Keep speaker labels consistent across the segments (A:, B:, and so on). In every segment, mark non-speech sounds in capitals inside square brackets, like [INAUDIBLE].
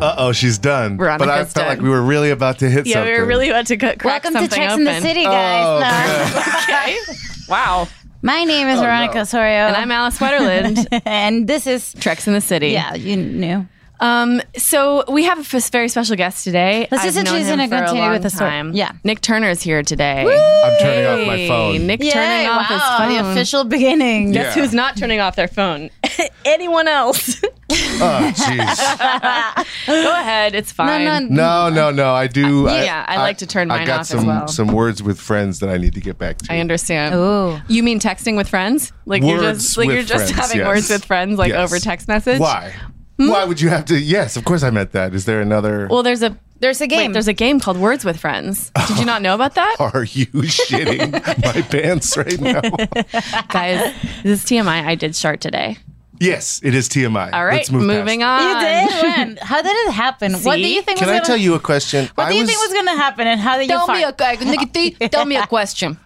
A: Uh oh, she's done. but I
B: Veronica's
A: felt
B: done.
A: like we were really about to hit
C: Yeah,
A: something.
C: we were really about to cut. crack
B: Welcome to
C: something
B: Checks in
C: open.
B: the City, guys.
A: Oh,
B: No.
C: Okay. wow.
B: My name is Veronica Sorio,
C: And I'm Alice Wetterland.
B: [LAUGHS] and this is
C: Treks in the City.
B: yeah, you knew.
C: Um, so we have a f- very special guest today.
B: Let's just
C: I've known
B: introduce
C: him
B: and
C: for a
B: continue
C: long
B: with the story.
C: time.
B: Yeah.
C: Nick Turner is here today.
A: I'm turning off my phone.
C: Nick
B: Yay,
C: turning off his
B: wow,
C: phone.
B: The official beginning.
C: Guess who's not turning off their
B: [LAUGHS]
C: phone? Anyone else?
A: Oh,
C: [LAUGHS]
A: jeez.
C: Go ahead. It's fine.
B: No, no,
A: No, no, no. I do.
C: Yeah, I like to turn
A: I
C: mine
A: got
C: off as
A: some
C: well.
A: some words with friends that I need to get back to.
C: I understand.
B: Ooh.
C: You mean texting with friends? Like you're
A: Words
C: just like
A: with
C: you're just
A: friends,
C: having
A: yes.
C: words with friends like
A: Yes.
C: over text message?
A: Why? Why would you have to? Yes, of course I meant that. Is there another?
C: Hmm? Well, there's a
B: There's a game.
C: Wait, there's a game called Words with Friends.
A: [LAUGHS]
C: Did you not know about that?
A: are you [LAUGHS] shitting
C: [LAUGHS]
A: my pants right now?
C: Guys, this is TMI. I did shart today.
A: Yes, it is TMI.
C: All right,
A: Let's move
C: moving
A: past
C: on.
B: you did. When? How did it happen? What do
C: See?
B: you think?
A: it. Can
B: was
A: I
B: gonna,
A: tell you a question?
B: What do you think was going to happen? And how did you
C: Tell
B: find?
C: me a [LAUGHS] question. Tell me a question.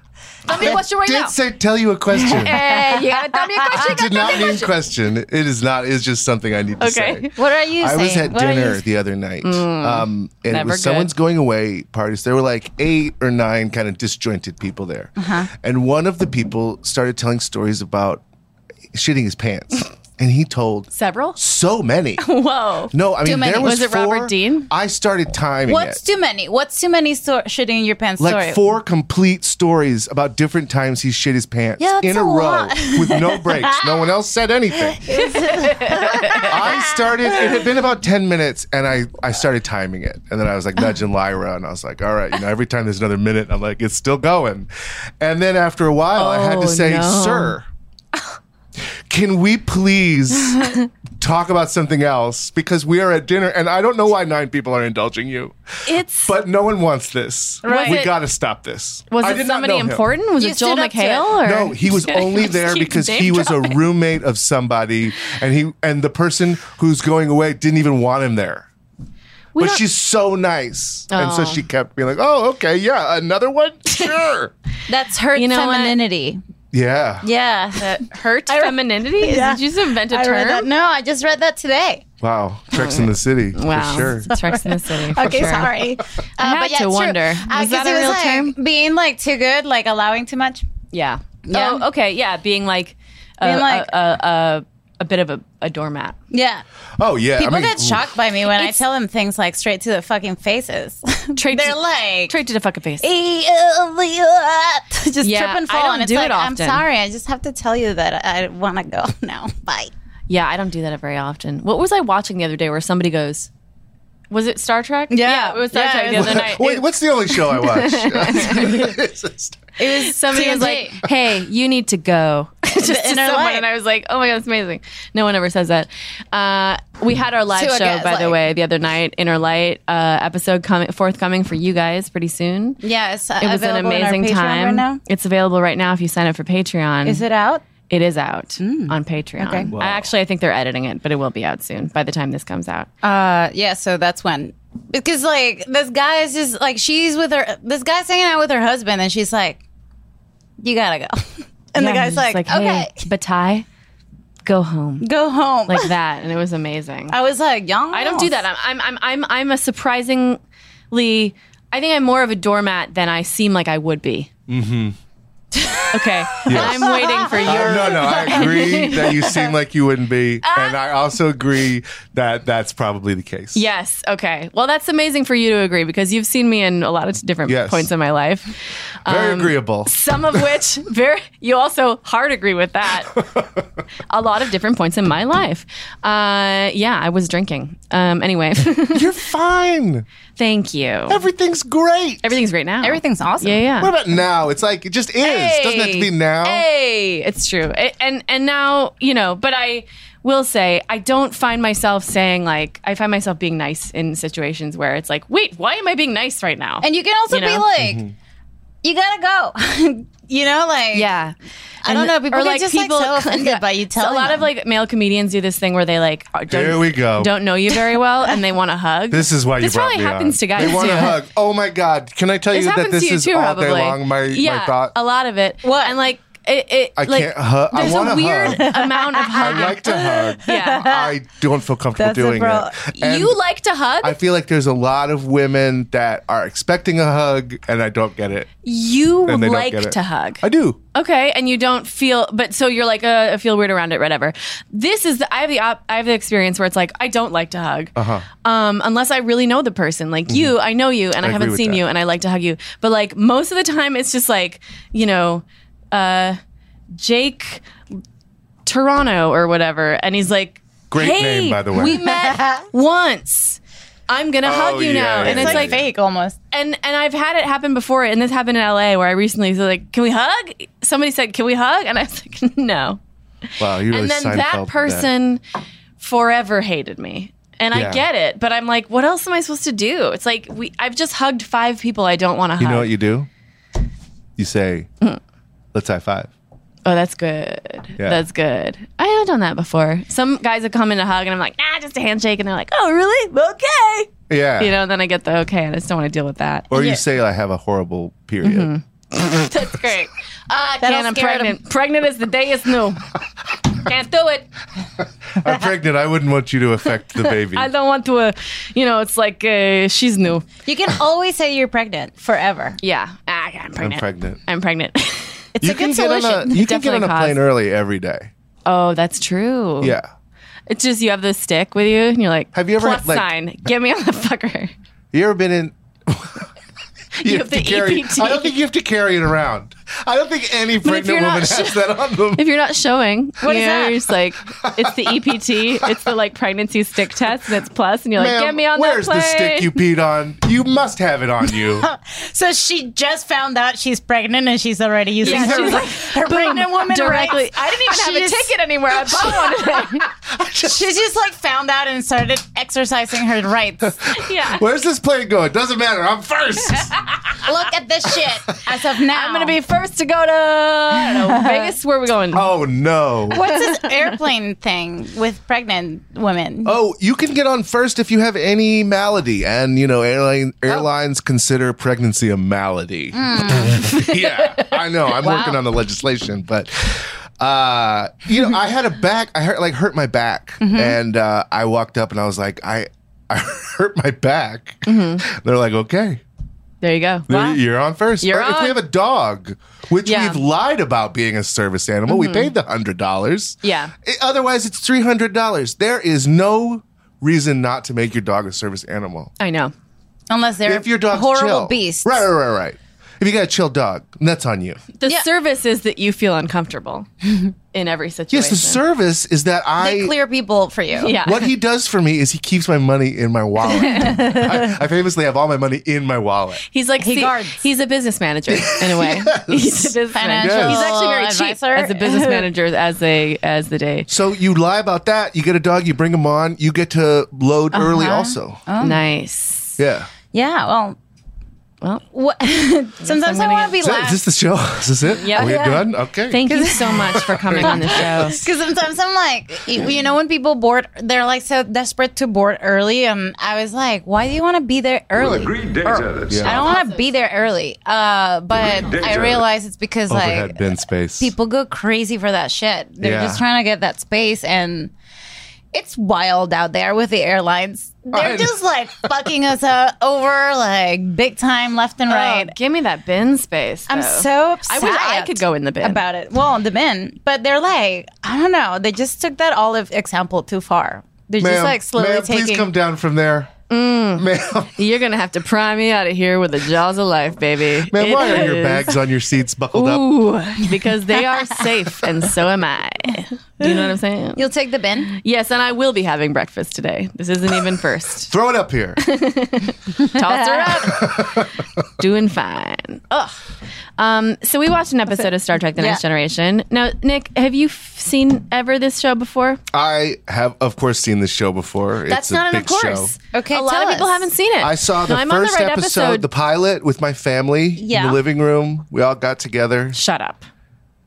C: Tell me a question right
A: did
C: now.
A: say tell you a
C: [LAUGHS]
A: question.
C: Hey, you gotta [LAUGHS] tell me a question.
A: It did not mean question. It is not. It's just something I need to
C: Okay.
A: say.
B: what are you
A: I
B: saying?
A: was at
B: What are
A: dinner
B: you-
A: the other night, um, and it
C: Never
A: was
C: good.
A: someone's going away parties. There were like eight or nine kind of disjointed people there, and one of the people started telling stories about shitting his pants, and he told
C: Several?
A: so many.
C: Whoa.
A: No, I mean
B: many.
A: there was,
C: Was it Robert
A: four-
C: Dean?
A: I started timing
B: What's
A: it.
B: too many? What's too many so- shitting in your pants
A: like
B: story?
A: four complete stories about different times he shit his pants
B: Yeah, that's
A: in a,
B: a
A: row
B: lot.
A: with no breaks. No one else said
B: [LAUGHS]
A: anything. I started. It had been about ten minutes, and I I started timing it, and then I was like nudging Lyra, and I was like, all right, you know, every time there's another minute, I'm like, it's still going, and then after a while, I had to
C: Oh,
A: say,
C: no.
A: sir. Can we
B: [LAUGHS]
A: please talk about something else? Because we are at dinner, and I don't know why nine people are indulging you.
C: It's
A: But no one wants this.
B: Right.
A: We
B: Was it-
A: got to stop this.
C: was
A: I
C: it
A: did not
C: somebody
A: know him.
C: important? Was
B: You
C: it Joel
B: stood up to
C: McHale?
B: it.
C: Or?
A: No, he was
C: [LAUGHS] Just kidding.
A: only
C: Just
A: there
C: keep
A: because
C: name
A: he was a
C: dropping.
A: roommate of somebody, and he and the person who's going away didn't even want him there.
C: We
A: but
C: don't-
A: she's so nice, and
C: Oh.
A: so she kept being like, "Oh, okay, yeah,
C: [LAUGHS]
A: another one, sure,
B: That's hurt
C: You know what?
B: femininity.
A: yeah."
B: Yeah.
C: hurt femininity. Is
B: Yeah.
C: Did you just invent a
B: I
C: term?
B: read that. No, I just read that today.
A: Wow, tricks in the city,
C: Wow,
A: for sure.
C: Treks in the City. for
B: Okay,
C: sure. [LAUGHS]
B: sorry. Uh,
C: had
B: but yeah,
C: to
B: it's true.
C: wonder,
B: Uh,
C: was
B: 'cause
C: that
B: it
C: a real
B: like
C: term?
B: Being like too good, like allowing too much.
C: Yeah.
B: Yeah.
C: Oh, okay. Yeah, being like, a,
B: Being like-
C: a, a, a, a bit of a, a doormat.
B: Yeah.
A: Oh yeah,
B: People
A: I mean,
B: get shocked by me when I
C: It's-
B: tell them things like straight to the fucking faces.
C: Trade
B: They're
C: to- [LAUGHS]
B: like,
C: Straight to the fucking face.
B: [LAUGHS] just
C: Yeah,
B: trip and
C: I
B: fall.
C: don't
B: and it's
C: do
B: like,
C: it
B: I'm
C: often.
B: sorry. I just have to tell you that I want to go [LAUGHS] now. Bye.
C: Yeah, I don't do that very often. What was I watching the other day where somebody goes, was it Star Trek? it was Star
B: Yeah,
C: Trek
B: it
C: the
B: was-
C: other
A: [LAUGHS]
C: night.
A: Wait, what's the only show
C: [LAUGHS]
A: I [LAUGHS] watch?
C: It was [LAUGHS] somebody was like,
B: TNT.
C: "Hey, you need to
B: [LAUGHS]
C: go." [LAUGHS] Just to someone,
B: And they're like-
C: and I was like, "Oh my god, it's amazing." No one ever says that. Uh, we had our live
B: To a
C: show,
B: guest,
C: by the
B: like-
C: way, the other night. Inner Light uh, episode coming forthcoming for you guys pretty soon.
B: Yeah, it's, uh,
C: It was an
B: available in our
C: amazing
B: Patreon
C: time.
B: Right now.
C: It's available right now if you sign up for Patreon.
B: Is it out?
C: It is out on Patreon.
B: Okay.
C: I actually I think they're editing it, but it will be out soon by the time this comes out.
B: Uh, yeah. So that's when, because like this guy is just like she's with her. This guy's hanging out with her husband, and she's like, "You gotta go." [LAUGHS] And the
C: Yeah,
B: guy's
C: he's
B: like, "Okay,
C: hey, Batai, go
B: [LAUGHS]
C: home."
B: go home."
C: Like that, and it was amazing.
B: I was like, "Young."
C: I don't do that. I'm I'm I'm I'm, I'm a [LAUGHS] surprisingly. I think I'm more of a doormat than I seem like I would be. Mm-hmm. Okay.
A: Yes.
C: I'm waiting for
A: Uh,
C: your.
A: no, no, I agree that you seem like you wouldn't be, and
C: Ah.
A: I also agree that that's probably the case.
C: [LAUGHS] Yes. Okay. Well, that's amazing for you to agree because you've seen me in a lot of different
A: Yes.
C: points in my life.
A: very
C: um, [LAUGHS]
A: agreeable.
C: Some of which very you also hard agree with that. a lot of different points in my life. Uh, yeah, I was drinking. Um, anyway, [LAUGHS]
A: You're fine.
C: thank you.
A: Everything's great.
C: Everything's great now.
B: [LAUGHS] Everything's awesome.
C: Yeah, yeah.
A: What about now? It's like it just is. Doesn't have to be now.
C: Hey, it's true. A- and and now you know. But I will say I don't find myself saying like I find myself being nice in situations where it's like, wait, why am I being nice right now?
B: And you can also
C: You know?
B: be like, you gotta go. [LAUGHS] you know, like
C: yeah,
B: I don't know. People
C: or
B: get
C: like
B: just
C: people [LAUGHS]
B: like so offended by you
C: So
B: telling
C: a lot of
B: them.
C: like male comedians do this thing where they like are- don't,
A: Here we go.
C: don't know you very well and they want a hug.
A: This is why
C: this
A: you brought
C: probably
A: me
C: happens
A: on.
C: to guys
A: They want
C: too.
A: a hug. Oh my God! Can I tell
C: This
A: you that
C: happens
A: this
C: to you
A: is
C: too,
A: all
C: probably.
A: day long? My
C: yeah,
A: my thought.
C: a lot of it.
B: What?
C: and like it, it
A: I
C: like,
A: can't hug. I
C: There's
A: want
C: a
A: a
C: weird
A: hug.
C: [LAUGHS] amount of
A: [LAUGHS] I
C: hugging.
A: like to hug.
C: [LAUGHS] Yeah.
A: I don't feel comfortable
B: That's a
A: doing
B: bro-
A: it. And
C: you like to hug.
A: I feel like there's a lot of women that are expecting a hug and I don't get it.
C: you
A: And they don't
C: like
A: get it.
C: to hug.
A: I do.
C: Okay, and you don't feel, but so you're like, uh, I feel weird around it, whatever. This is the I have the op, I have the experience where it's like I don't like to hug, uh-huh. um, unless I really know the person. Like you, I know you, and I,
A: Mm-hmm. agree
C: haven't
A: with
C: seen
A: that.
C: you, and I like to hug you. But like most of the time, it's just like you know, uh, Jake Toronto or whatever, and he's like,
A: Great
C: hey,
A: name, by the way. Oh,
C: We
A: [LAUGHS]
C: met once. I'm gonna hug you
A: yeah,
C: now,
A: yeah,
C: and
A: yeah,
C: it's
A: yeah.
C: like
B: fake almost.
C: and and I've had it happen before, and this happened in LA where I recently was like, "Can we hug?" Somebody said, "Can we hug?" And I was like, [LAUGHS] "No."
A: Wow, you really
C: and then
A: Seinfeld
C: that person forever hated me, and
A: Yeah.
C: I get it, but I'm like, "What else am I supposed to do?" It's like we I've just hugged five people I don't want to hug.
A: You know what you do? You say,
C: Mm-hmm.
A: let's high five.
C: oh, that's good.
A: Yeah.
C: That's good. I have done that before. Some guys have come in to hug, and I'm like, "Nah, just a handshake," and they're like, "Oh, really? Okay."
A: Yeah.
C: You know, and then I get the okay, and I just don't want to deal with that.
A: or you say, I have a horrible period.
C: [LAUGHS] Mm-hmm. That's
A: [LAUGHS]
C: great. Uh,
B: That'll
C: can I'm
B: scare
C: pregnant. Pregnant as the day is new. Can't do it.
A: I'm pregnant. I wouldn't want you to affect
C: [LAUGHS]
A: the baby.
C: I don't want to. Uh, you know, it's like uh, she's new.
B: You can always say you're pregnant forever.
C: Yeah, ah, I'm pregnant.
A: I'm pregnant.
C: I'm pregnant. [LAUGHS]
B: It's
A: You
B: a good
A: can, get on
B: solution.
A: a, you can get
C: Definitely
A: on a
C: cause-
A: plane early every day.
C: oh, that's true.
A: Yeah.
C: it's just you have the stick with you, and you're like,
A: Have you ever,
C: plus
A: like-
C: sign? Get me on the fucker. [LAUGHS]
A: You ever been in? [LAUGHS]
C: You have the
A: carry.
C: EPT.
A: I don't think you have to carry it around. I don't think any pregnant
C: you're
A: woman
C: not
A: has
C: sure-
A: that on them.
C: [LAUGHS] If you're not showing, what
B: is
C: you
B: that?
C: You're just like, it's the EPT. It's the like pregnancy stick test, and it's plus, and you're like,
A: Ma'am,
C: get me on
A: where's
C: that
A: the stick
C: plane.
A: you peed on? You must have it on you.
C: [LAUGHS]
B: So she just found out she's pregnant and she's already using
C: Yeah,
B: her,
C: she was like,
B: [LAUGHS] her
C: boom,
B: pregnant woman
C: directly.
B: rights.
C: I didn't even have
B: She
C: a
B: just-
C: ticket anywhere.
B: [LAUGHS]
C: I bought one today.
B: She just like found out and started exercising her
C: [LAUGHS]
B: rights.
C: yeah.
A: Where's this plane going? Doesn't matter. I'm first.
B: Look at this shit. As of now,
C: I'm gonna be first to go to I don't know, Vegas. Where are we going?
A: oh no.
B: [LAUGHS] What's this airplane thing with pregnant women?
A: Oh, you can get on first if you have any malady, and you know airline airlines consider pregnancy a malady. [LAUGHS] yeah, I know. I'm working on the legislation, but uh, you know, I had a back. I hurt like hurt my back, and uh, I walked up and I was like, I [LAUGHS] I hurt my back. They're like, okay.
C: There you go.
A: There-
C: Wow.
A: You're on first.
C: You're
A: or if we
C: on.
A: have a dog, which
C: Yeah.
A: we've lied about being a service animal, we paid the hundred dollars. Eh,
C: Yeah.
A: otherwise, it's three hundred dollars. There is no reason not to make your dog a service animal
C: I know.
B: Unless they're
A: if your dog's
B: horrible
A: chill.
B: beasts.
A: Right, right, right, right. If you got a chill dog, that's on you.
C: The
B: Yeah.
C: service is that you feel
A: [LAUGHS]
C: uncomfortable in every situation.
A: Yes, the service is that I.
B: They clear people for you.
C: Yeah.
A: [LAUGHS] what he does for me is he keeps my money in my wallet. I, I famously have all my money in my wallet.
C: He's like
B: He
C: see,
B: guards.
C: He's a business manager in a [LAUGHS] way. He's a business
B: Financial
C: manager. He's actually very
B: advisor.
C: cheap as a [LAUGHS] business manager as a as the day.
A: So you lie about that. You get a dog. You bring him on. You get to load early also.
C: Oh. Nice.
A: Yeah.
B: Yeah. Well.
C: Well.
B: What, [LAUGHS] sometimes I
C: gonna
B: want to be
A: Is, that, is
B: last.
A: this the show? [LAUGHS] Is this it?
C: Yeah.
A: Are we
C: Yeah.
A: done? Okay.
C: Thank you so much for coming [LAUGHS] on the show.
B: Because sometimes I'm like, you you know, when people board, they're like so desperate to board early. Um, I was like, why do you want to be there early?
D: agreed data that's
B: I don't want to be there early. Uh, but I realize it's because
A: Overhead
B: like
A: bin space.
B: people go crazy for that shit. They're
A: Yeah.
B: just trying to get that space and. it's wild out there with the airlines. They're
A: I-
B: just like fucking us uh, over like big time left and right.
C: Oh, give me that bin space.
B: I'm
C: though.
B: so upset.
C: I wish I could go in the bin.
B: about it. Well, the bin, but they're like, I don't know. They just took that olive example too far. They're just
A: Ma'am,
B: like slowly
A: ma'am,
B: taking.
A: please come down from there.
C: Mm.
A: [LAUGHS] Ma'am,
C: You're gonna have to pry me out of here with the jaws of life, baby.
A: ma'am,
C: It
A: why are your
C: is-
A: bags on your seats buckled up?
C: Ooh, because they are safe, and so am I. Do you know what I'm saying?
B: You'll take the bin.
C: yes, and I will be having breakfast today. This isn't even first.
A: Throw it up
C: [LAUGHS]
A: here.
C: Toss her up. [LAUGHS] Doing fine. Ugh. Um, so we watched an episode of Star Trek: The
B: Yeah.
C: Next Generation. Now, Nick, have you f- seen ever this show before?
A: I have, of course, seen this show before.
C: That's
A: it's a
C: not an
A: big
C: of course.
A: show.
B: Okay,
C: a lot
B: tell
C: of people
B: us.
C: haven't seen it.
A: I saw the
C: No, I'm on
A: first
C: right
A: episode, the pilot, with my family in
B: Yeah.
A: the living room. We all got together
C: Shut up.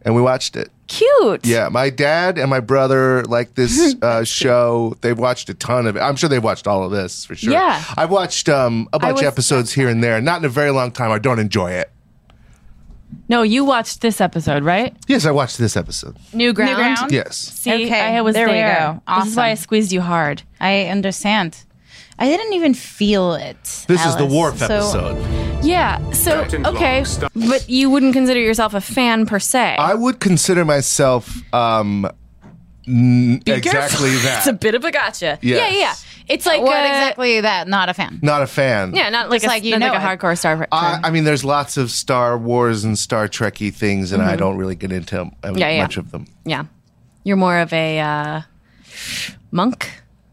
A: and we watched it.
C: Cute.
A: Yeah, my dad and my brother like
C: [LAUGHS]
A: this uh, show. They've watched a ton of it. I'm sure they've watched all of this for sure.
C: Yeah.
A: I've watched um, a bunch
C: was-
A: of episodes here and there, not in a very long time. I don't enjoy it.
C: No, you watched this episode, right?
A: Yes, I watched this episode.
C: New ground.
B: Ground?
A: Yes.
C: See,
B: Okay,
C: I was
B: there
C: there.
B: we go.
C: This is why I
B: Awesome.
C: squeezed you hard.
B: I understand. I didn't even feel it.
A: This is the
B: Alice.
A: Wharf
B: So-
A: episode.
C: Yeah. So
D: Curtain
C: okay,
D: call. Stop.
C: but you wouldn't consider yourself a fan per se.
A: I would consider myself um, n-
C: [LAUGHS]
A: exactly
C: it's a
A: that.
C: bit of a gotcha. Yeah,
A: Yes.
C: yeah. It's like
B: what
C: uh,
B: exactly that? Not a fan.
A: Not a fan.
C: Yeah, not like
B: It's
C: a,
B: like you
C: not
B: know
C: like a
B: it.
C: hardcore Star Trek.
A: I, I mean, there's lots of Star Wars and Star Trekky things, and I don't really get into um,
C: Mm-hmm. Yeah, yeah.
A: much of them.
C: yeah, you're more of a uh, monk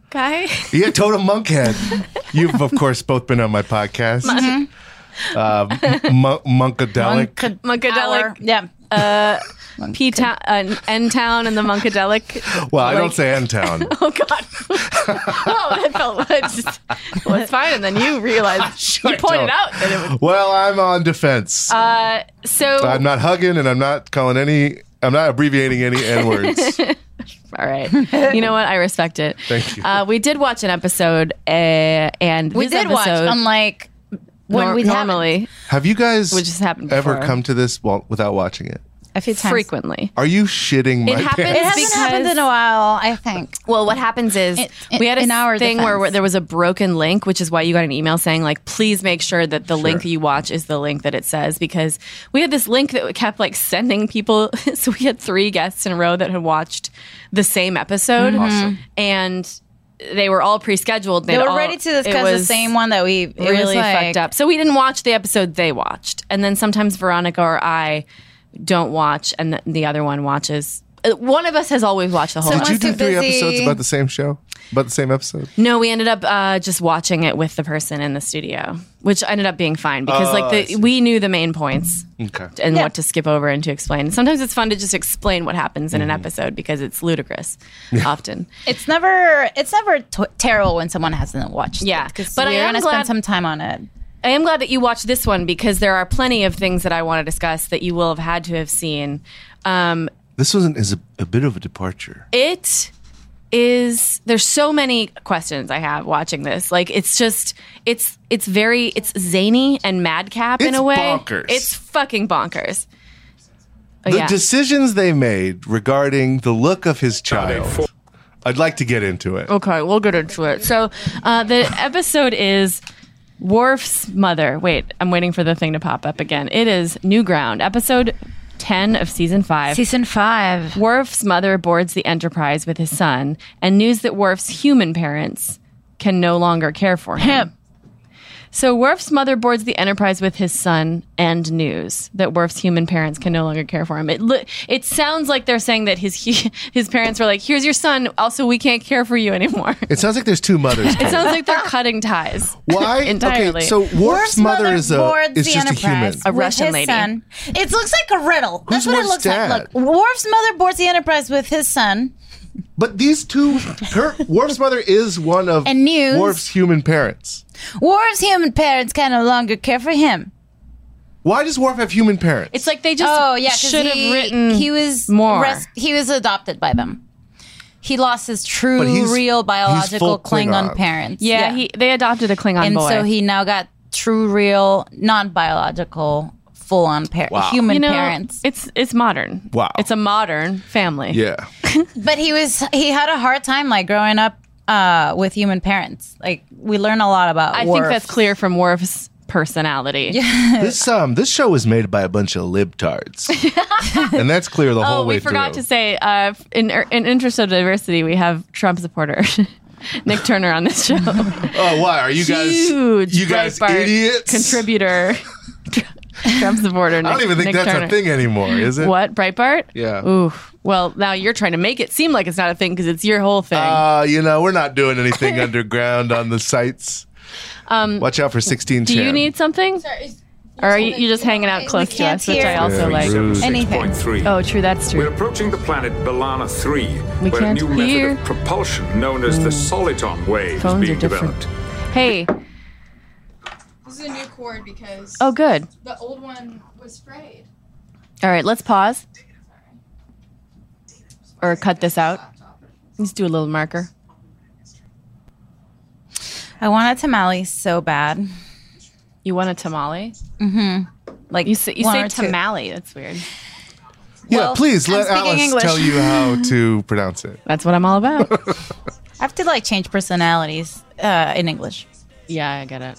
C: guy.
A: Yeah, total monkhead. You've of course both been on my podcast.
C: Mm-hmm.
A: Um, mon- monkadelic.
C: Monkadelic.
B: Hour. Yeah.
C: P town, uh, N town, and the
A: [LAUGHS]
C: Monkadelic.
A: well, I don't
C: like-
A: say
C: [LAUGHS]
A: N town.
C: Oh God! oh, that felt [LAUGHS] it just was fine, and then you
A: [LAUGHS]
C: realized
A: I
C: you pointed
A: don't.
C: out that it was.
A: well, I'm on defense.
C: Uh, so
A: I'm not hugging, and I'm not calling any. I'm not abbreviating any N
C: [LAUGHS]
A: words.
C: All right. You know what? I respect it.
A: [LAUGHS] Thank you.
C: Uh, we did watch an episode, uh, and
B: We
C: this
B: did watch,
C: episode,
B: unlike when
C: nor-
B: we
C: normally
A: Have you guys
C: Which has happened
A: ever
C: before.
A: come to this while, without watching it?
B: a few times.
C: frequently.
A: Are you shitting my
C: It happens
B: It
A: pants?
B: hasn't
C: Because-
B: happened in a while, I think.
C: Well, what happens is
B: In- in-
C: we had a
B: in our
C: thing where,
B: defense.
C: where there was a broken link, which is why you got an email saying like, please make sure that the link you watch is the link that it says because we had this link that we kept like sending people. [LAUGHS] so we had three guests in a row that had watched the same episode, and they were all pre-scheduled.
B: They were ready to discuss the same one that we it was
C: really
B: like-
C: fucked up. So we didn't watch the episode they watched, and then sometimes Veronica or I don't watch, and the, the other one watches. Uh, One of us has always watched the whole.
B: Someone-
A: Did you
B: was
A: do
B: too
A: three
B: busy.
A: episodes about the same show? About the same episode?
C: No, we ended up uh, just watching it with the person in the studio, which ended up being fine because like the, we knew the main points
A: Okay.
C: and what to skip over and to explain. Sometimes it's fun to just explain what happens in an episode because it's ludicrous often.
B: It's never it's never t- terrible when someone hasn't watched
C: Yeah,
B: it. 'cause
C: but I
B: we're
C: am
B: gonna
C: glad-
B: spend some time on it.
C: I am glad that you watched this one because there are plenty of things that I want to discuss that you will have had to have seen. Um,
A: This one is a, a bit of a departure.
C: it is there's so many questions I have watching this. Like it's just it's it's very it's zany and madcap in
A: It's
C: a way.
A: bonkers.
C: It's fucking bonkers. Oh,
A: The
C: yeah.
A: decisions they made regarding the look of his
D: a
A: child. I'd like to get into it.
C: okay, we'll get into it. So uh, the episode is Worf's mother. Wait, I'm waiting for the thing to pop up again. It is New Ground, episode ten of season five.
B: Season five.
C: Worf's mother boards the Enterprise with his son, and news that Worf's human parents can no longer care for him. So Worf's mother boards the Enterprise with his son, and news that Worf's human parents can no longer care for him. It li- it sounds like they're saying that his [LAUGHS] hu his parents were like, "Here's your son. Also, we can't care for you anymore."
A: It sounds like there's
C: [LAUGHS]
A: two mothers.
C: It sounds
B: [LAUGHS]
C: like they're cutting ties.
A: Why?
C: Entirely.
A: Okay, so Worf's,
B: Worf's
A: mother, is a
B: boards
A: is
B: the
A: just a human.
B: Enterprise
C: A
B: with
C: Russian
B: his
C: lady.
B: son. It looks like a riddle. That's
A: Who's
B: what
A: Worf's
B: it looks
A: dad?
B: like. Look, Worf's mother boards the Enterprise with his son.
A: But these two, her Worf's mother is one of
B: And news.
A: Worf's human parents.
B: Worf's human parents can no longer care for him.
A: Why does Worf have human parents?
C: It's like they just
B: Oh yeah, 'cause
C: should
B: he-
C: have written.
B: He was
C: more.
B: res- he was adopted by them. He lost his true,
A: But he's-
B: real
A: he's
B: biological
A: full
B: Klingon,
A: Klingon.
B: parents.
C: yeah, He, they adopted a Klingon
B: and
C: boy.
B: so he now got true, real, non biological full on par-
A: Wow.
B: human
C: You know,
B: parents.
C: it's it's modern.
A: Wow.
C: it's a modern family. [LAUGHS]
A: Yeah.
B: But he was he had a hard time like growing up uh, with human parents. Like we learn a lot about.
C: I think
B: Worf.
C: that's clear from Worf's personality. Yeah,
A: this um this show was made by a bunch
C: [LAUGHS]
A: of libtards, and that's clear the whole
C: oh,
A: way
C: we forgot
A: through.
C: to say uh, in in interest of diversity, we have Trump supporter [LAUGHS] Nick Turner on this show.
A: oh, why are you guys?
C: Huge
A: you guys
C: Breitbart
A: idiots! [LAUGHS]
C: contributor. Trump supporter. Nick,
A: I don't even think
C: Nick
A: that's
C: Turner.
A: a thing anymore, is it?
C: What Breitbart?
A: Yeah.
C: Ooh. Well, now you're trying to make it seem like it's not a thing because it's your whole thing.
A: Uh, you know, we're not
C: [LAUGHS]
A: doing anything underground on the sites. Um, Watch out for 16
C: Do you need something? or are you, you just hanging out close to
B: can't
C: us, which I
B: hear.
C: also
A: Yeah,
C: like?
A: rude.
B: anything.
E: 6.3.
C: Oh, true. That's
E: We're
C: true.
E: approaching the planet Bellana 3,
C: We
E: where a
C: can't
E: new method
C: hear. Hmm.
E: of propulsion known as the soliton wave
C: Phones are
E: is being
C: different.
E: developed.
C: Hey.
F: This is a new cord because
C: Oh, good.
F: the old one was frayed.
C: All right. Let's pause. Or cut this out. Let's do a little marker.
B: I want a tamale so bad.
C: You want a tamale?
B: Mm-hmm. Like
C: You say, you
B: one
C: say
B: or two.
C: tamale. That's weird.
A: Yeah,
B: Well,
A: please
B: I'm
A: let
B: speaking
A: Alice
B: English.
A: tell you how
C: [LAUGHS]
A: to pronounce it.
C: That's what I'm all
B: [LAUGHS]
C: about.
B: I have to like change personalities uh, in English.
C: yeah, I get it.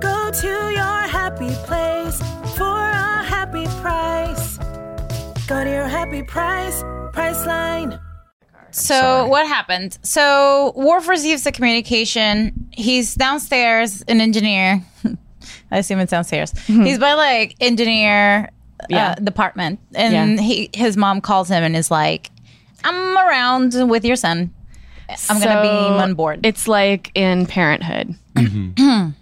G: Go to your happy place for a happy price. Go to your happy price, Priceline.
B: Mm-hmm. So what happened? So Worf receives the communication. He's downstairs, an engineer. [LAUGHS] I assume it's downstairs. He's by like engineer
C: Mm-hmm. Yeah.
B: uh, department, and
C: Yeah.
B: he his mom calls him and is like, "I'm around with your son. I'm gonna be
C: So,
B: on board."
C: It's like in Parenthood.
B: and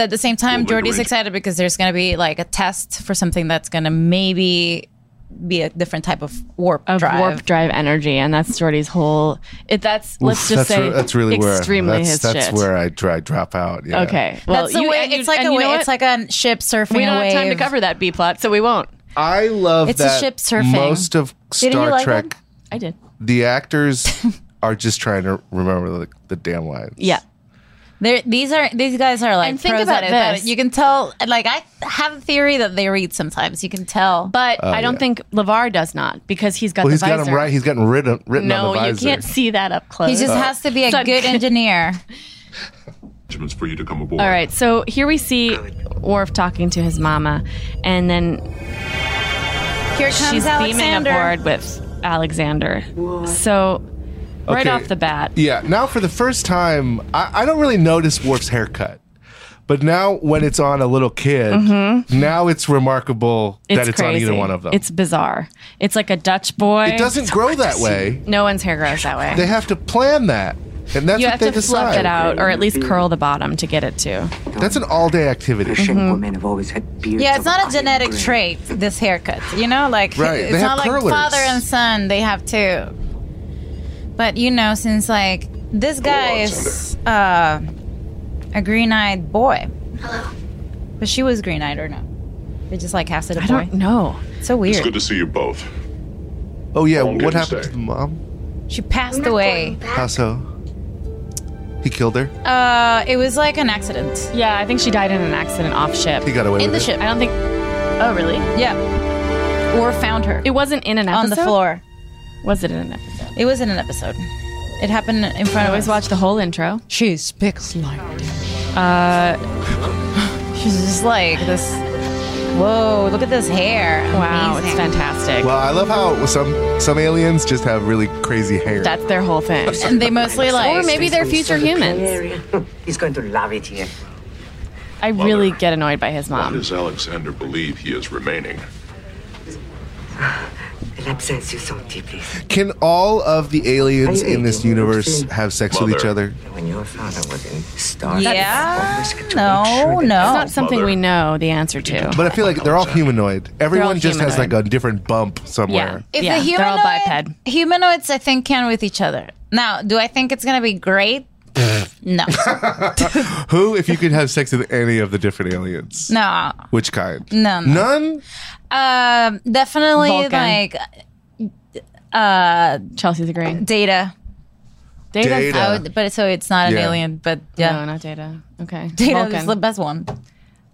B: at the same time, Jordy's excited because there's gonna be like a test for something that's gonna maybe be a different type of warp
C: of
B: drive.
C: warp drive energy, and that's Jordy's whole. It, that's let's
A: Oof,
C: just
A: that's
C: say
A: re- that's really where
C: extremely
A: that's,
C: his
A: that's
C: shit.
A: where I try drop out. Yeah.
C: okay, well,
B: that's the
C: you-
B: way.
C: and you-
B: it's like
C: and
B: a
C: you know
B: way,
C: what?
B: it's like a ship surfing.
C: we don't
B: a
C: have time to
B: wave.
C: cover that B plot, so we won't.
A: I love
B: It's a
A: that
B: ship surfing.
A: most of
B: Didn't you
A: Star
B: like
A: Trek,
B: that?
C: I did.
A: the actors
C: [LAUGHS]
A: are just trying to remember the, the damn lines.
C: Yeah,
B: They're, these are these guys are like
C: And think
B: pros
C: about
B: at it, but
C: this.
B: You can tell. Like I have a theory that they read sometimes. You can tell.
C: but I don't
A: Oh, yeah.
C: think Levar does not because he's got
A: Well,
C: the
A: he's got
C: visor.
A: him right. He's gotten rid of, written
C: no,
A: on the
C: you
A: visor.
C: can't see that up close.
B: he just has to be a
C: Son- [LAUGHS]
B: good engineer.
H: arrangements for you to come aboard.
C: All right, so here we see Worf talking to his mama, and then
B: Here comes
C: she's beaming
B: Alexander.
C: aboard with Alexander. So right
A: Okay.
C: off the bat,
A: Yeah. Now, for the first time, I, I don't really notice Worf's haircut. But now, when it's on a little kid, now it's remarkable that it's on
C: Mm-hmm. crazy.
A: either one of them.
C: It's bizarre. It's like a Dutch boy.
A: it doesn't grow that way.
C: No one's hair grows that way.
A: They have to plan that. And that's
C: you
A: what
C: have
A: they
C: to
A: decide.
C: fluff it out, or at least curl the bottom to get it to.
A: That's an all day activity.
C: Mm-hmm.
I: women have always had beards.
B: Yeah, it's not a genetic trait. This haircut, you know, like
A: Right,
B: it's
A: they have
B: not like
A: curlers.
B: father and son. They have two. But you know, since like this guy is uh, a green-eyed boy, but she was green-eyed or no? They just like casted a
C: I
B: boy.
C: don't know.
B: It's so weird.
H: It's good to see you both.
A: Oh, yeah.
H: Long didn't
A: What happened
H: stay.
A: to the mom?
B: She passed away.
A: How so? He killed her?
B: Uh, it was like an accident.
C: Yeah, I think she died in an accident off ship.
A: He got away
B: In
A: with
B: the
A: it.
B: ship.
C: I don't think. Oh, really?
B: Yeah. Or found her
C: It wasn't in an episode.
B: on the floor.
C: Was it in an episode?
B: It was in an episode. It happened in front
C: I
B: of
C: always
B: us.
C: watch the whole intro.
B: She's pixelated. Uh, [LAUGHS] she's just like this. Whoa! Look at this hair.
C: Wow,
B: Amazing.
C: it's fantastic.
A: Well, I love how some some aliens just have really crazy hair.
C: That's their whole
A: [LAUGHS]
C: thing.
B: And they mostly like.
C: or maybe they're future humans.
I: [LAUGHS] He's going to love it here.
C: I really get annoyed by his
H: Why
C: mom.
H: does Alexander believe he is remaining?
I: upsets you so deeply.
A: Can all of the aliens
I: Are you
A: in this
I: eighteen?
A: universe have sex with each other?
I: When your father was in Star
C: Yeah.
B: No, no. It's
C: not something we know the answer to.
A: But I feel like they're all humanoid. Everyone just has like
C: humanoid.
A: a different bump somewhere.
B: If the humanoid, humanoids, I think, can with each other. Now, do I think it's going to
C: [LAUGHS]
B: be great? No.
A: Who, if you could have sex with any of the different aliens?
B: no.
A: Which kind?
B: No, no.
A: None?
B: Um, definitely
C: Vulcan.
B: like uh
C: Chelsea's agreeing.
B: Data.
C: Data? Data.
B: I would- but so it's not an
C: Yeah.
B: alien, but yeah.
C: No, not data. Okay.
B: Data is
C: Vulcan.
B: the best one.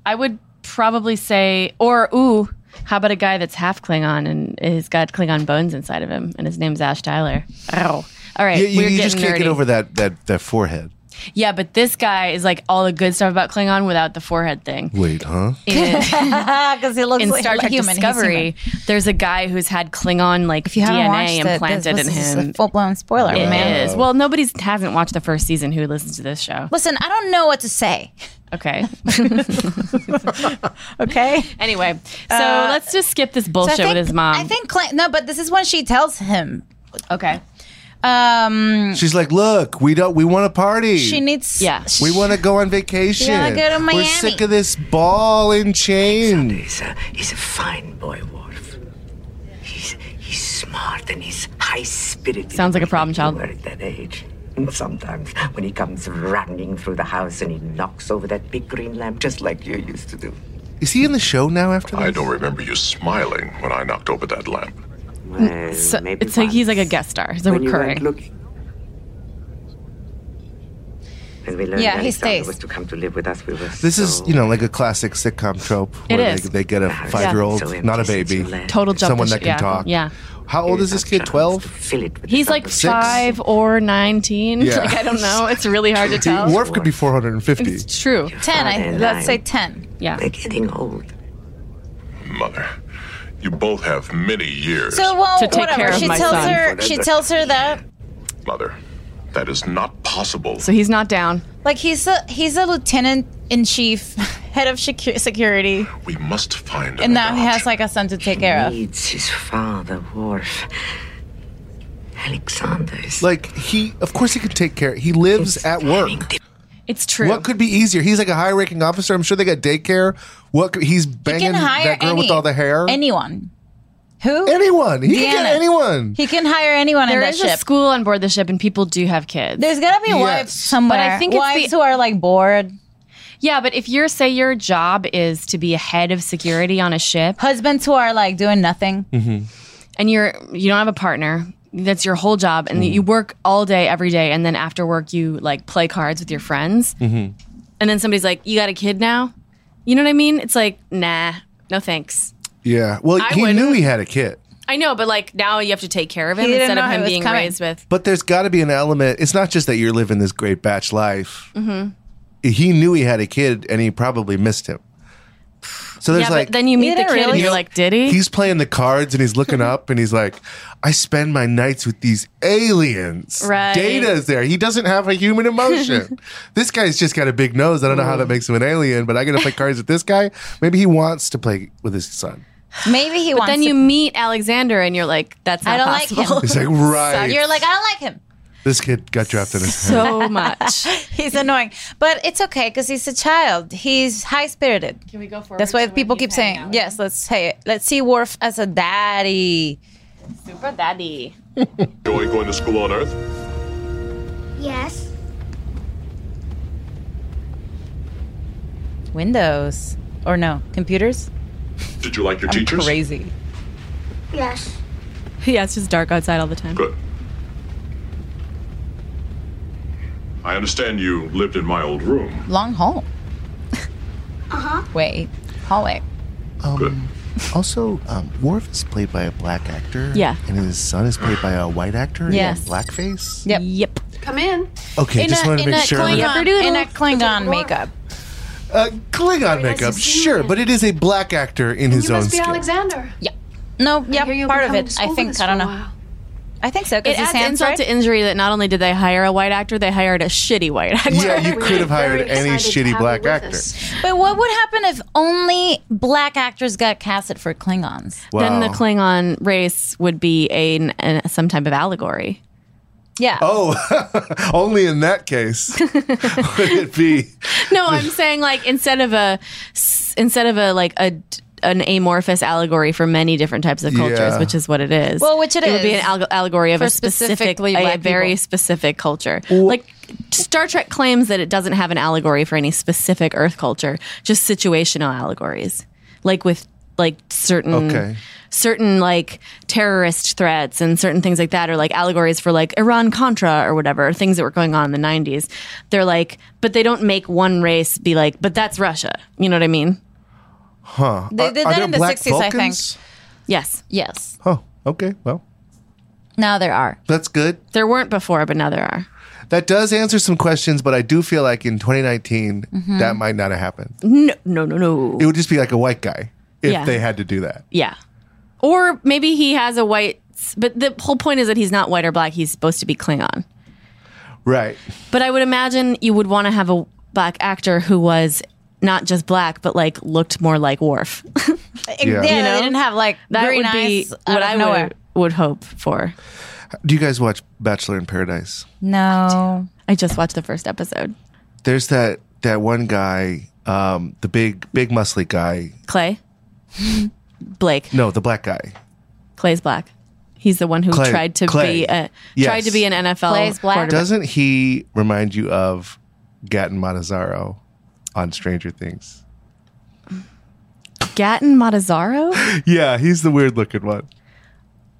C: I would probably say, or ooh, how about a guy that's half Klingon and he's got Klingon bones inside of him, and his name's Ash Tyler. Ow. All right,
A: Yeah, you,
C: we're
A: you
C: getting
A: just can't
C: nerdy.
A: get over that that that forehead.
C: Yeah, but this guy is like all the good stuff about Klingon without the forehead thing.
A: Wait, huh?
C: Ah,
B: Because he looks
C: in
B: like-
C: Star
B: like
C: Trek
B: human. He's
C: Discovery, there's a guy who's had Klingon like
B: If you haven't
C: DNA
B: watched it,
C: implanted
B: this,
C: in
B: this is
C: him.
B: a full blown spoiler,
C: It
B: man.
C: is. Well, nobody's hasn't watched the first season who listens to this show.
B: Listen, I don't know what to say. [LAUGHS]
C: Okay. [LAUGHS]
B: Okay.
C: Anyway, so
B: Uh,
C: let's just skip this
B: So I
C: bullshit
B: think-
C: with his mom.
B: I think Clint, no, but this is when she tells him.
C: Okay.
B: Um,
A: She's like, look, we don't. We want to party.
B: She needs- Yeah.
A: We want to go on vacation.
B: We wanna go to
A: We're
B: Miami.
A: sick of this ball and chain.
I: He's a, he's a fine boy, Worf. He's, he's smart and he's high spirited.
C: Sounds like a problem child.
I: We're at that age. And sometimes when he comes running through the house and he knocks over that big green lamp just like you used to do.
A: Is he in the show now? After
H: I don't remember you smiling when I knocked over that lamp.
I: Well,
C: So- it's like he's like a guest star. He's a
I: When you weren't
C: recurring.
I: When we learned
B: Yeah, he
I: Alexander
B: stays.
I: was to come to live with us, we were
A: This is, you know, like a classic sitcom trope.
C: It
A: Where
C: is.
A: They, they get a five-year-old,
C: So
A: not a baby,
C: Total jump
A: someone
C: the sh-
A: that can
C: yeah.
A: talk.
C: Yeah.
A: How old is this kid? Twelve.
I: Fill it with
C: He's like
A: Six.
C: five or nineteen.
A: Yeah.
C: Like I don't know. It's really hard to tell.
A: Worf could be four hundred and fifty.
C: It's true.
B: ten. I,
H: Friday
B: let's
H: night.
B: say ten.
C: Yeah.
I: They're getting old.
H: Mother, you both have many years.
B: So well,
C: To take
B: whatever.
C: care of
B: she
C: my
B: tells
C: son.
B: her. She tells her that
H: Mother, that is not possible.
C: So he's not down.
B: like he's a he's a lieutenant in chief, [LAUGHS] head of secu- security,
H: We must find
B: and now he has like a son to take care of.
I: Needs his father, Worf. Alexander is
A: Like he, of course, he could take care. He lives at work.
C: It's true.
A: What could be easier? He's like a high-ranking officer. I'm sure they got daycare. What could, he's
B: He
A: banging
B: can hire
A: that girl
B: any,
A: with all the hair.
B: Anyone. Who?
A: Anyone. He can
B: Deanna.
A: get anyone.
B: He can hire anyone
C: There
B: in that
C: is a
B: ship.
C: school on board the ship, and people do have kids.
B: There's gotta be wives somewhere.
C: But I think
B: wives
C: it's the,
B: who are like bored.
C: Yeah, but if you're say your job is to be a head of security on a ship,
B: husbands who are like doing nothing,
C: and you're you don't have a partner, that's your whole job, and you work all day every day, and then after work you like play cards with your friends,
J: Mm-hmm.
C: and then somebody's like, "You got a kid now?" You know what I mean? It's like, nah, no thanks.
A: Yeah. Well,
C: I
A: he
C: wouldn't.
A: knew he had a kid.
C: I know, but like now you have to take care of him
B: He didn't
C: instead of
B: know it
C: him
B: was
C: being
B: coming.
C: raised with.
A: But there's got to be an element. It's not just that you're living this great batch life.
C: Mm-hmm.
A: He knew he had a kid, and he probably missed him. So there's
C: yeah,
A: like
C: but then you meet the
B: Didn't
C: kid and
B: really-
C: you're like, did he?
A: he's playing the cards and he's looking up and he's like, I spend my nights with these aliens.
C: Right.
A: Data is there. He doesn't have a human emotion. this guy's just got a big nose. I don't know how that makes him an alien, but I gotta play cards with this guy. Maybe he wants to play with his son.
B: maybe he
C: But
B: wants.
C: then
B: to-
C: you meet Alexander and you're like, that's not
B: I don't like
C: possible.
A: [LAUGHS]
B: him.
A: He's like, right.
B: You're like, I don't like him.
A: this kid got dropped in
C: [LAUGHS]
A: his
C: so much.
B: He's annoying, but it's okay because he's a child. He's high spirited.
C: Can we go forward?
B: That's why people keep saying, "Yes, let's say it. Let's see Worf as a daddy."
C: Super daddy.
H: Joy going to school on Earth?
K: Yes.
B: Windows or no computers?
H: Did you like your
B: I'm
H: teachers?
B: crazy.
K: Yes.
C: Yeah, it's just dark outside all the time.
H: Good. I understand you lived in my old room.
B: Long hall.
K: Uh huh.
B: Wait, hallway.
A: Um, also, um, Worf is played by a black actor.
B: Yeah.
A: And his son is played by a white actor.
B: Yes.
A: In blackface.
B: Yep.
C: Yep.
F: Come in.
A: Okay, just wanted to make sure.
B: Klingon, in a Klingon makeup.
A: Uh, Klingon makeup, sure, but it is a black actor in his
F: You
A: own
F: must be
A: skin.
F: Alexander.
B: No, yeah,
F: you'll
B: part
F: be
B: of
F: coming to
B: it. I
F: school with
B: think
F: us
B: I don't
F: for a
B: know. I think so. 'cause
C: It
B: his
C: adds
B: hand's
C: insult
B: red.
C: to injury that not only did they hire a white actor, they hired a shitty white actor.
A: Yeah, you could have hired any shitty black actor.
B: But what would happen if only black actors got casted for Klingons?
C: Then the Klingon race would be a, an- some type of allegory.
B: yeah.
A: Oh, only in that case would it be.
C: No, I'm saying like instead of a s- instead of a like a d- an amorphous allegory for many different types of cultures,
A: Yeah.
C: which is what it is.
B: Well, which it
C: it would be
B: is.
C: an alg- allegory of
B: For
C: a specific,
B: specifically
C: a
B: black
C: very
B: people.
C: specific culture. like Star Trek claims that it doesn't have an allegory for any specific Earth culture, just situational allegories, like with like certain
A: Okay.
C: certain like terrorist threats and certain things like that are like allegories for like Iran Contra or whatever things that were going on in the 90s. They're like, but they don't make one race be like, but that's Russia. You know what I mean?
A: Huh.
B: They did that in the 60s, I think.
C: Yes.
B: Yes.
A: Oh, okay. Well,
B: Now there are.
A: that's good.
C: There weren't before, but now there are.
A: That does answer some questions, but I do feel like in 2019,
B: Mm-hmm.
A: that might not have happened.
C: No, no, no, no.
A: It would just be like a white guy if
C: Yeah.
A: they had to do that.
C: Yeah. Or maybe he has a white, but the whole point is that he's not white or black. He's supposed to be Klingon.
A: Right.
C: But I would imagine you would want to have a black actor who was not just black, but like looked more like Worf.
A: Yeah.
B: Yeah,
A: You
B: they didn't have like
C: that
B: green
C: would be
B: eyes out
C: what
B: of
C: I
B: nowhere.
C: would, would hope for.
A: Do you guys watch Bachelor in Paradise?
B: No.
C: I just watched the first episode.
A: There's that that one guy, um, the big big muscly guy.
C: Clay, [LAUGHS] Blake,
A: No, the black guy.
C: Clay's black. He's the one who
A: Clay-
C: tried to
A: Clay.
C: be a,
A: Yes.
C: tried to be an NFL.
B: Clay's black.
C: quarterback.
A: Doesn't he remind you of Gatton Matazzaro on Stranger Things?
C: Gatton Matazzaro?
A: Yeah, he's the weird looking one.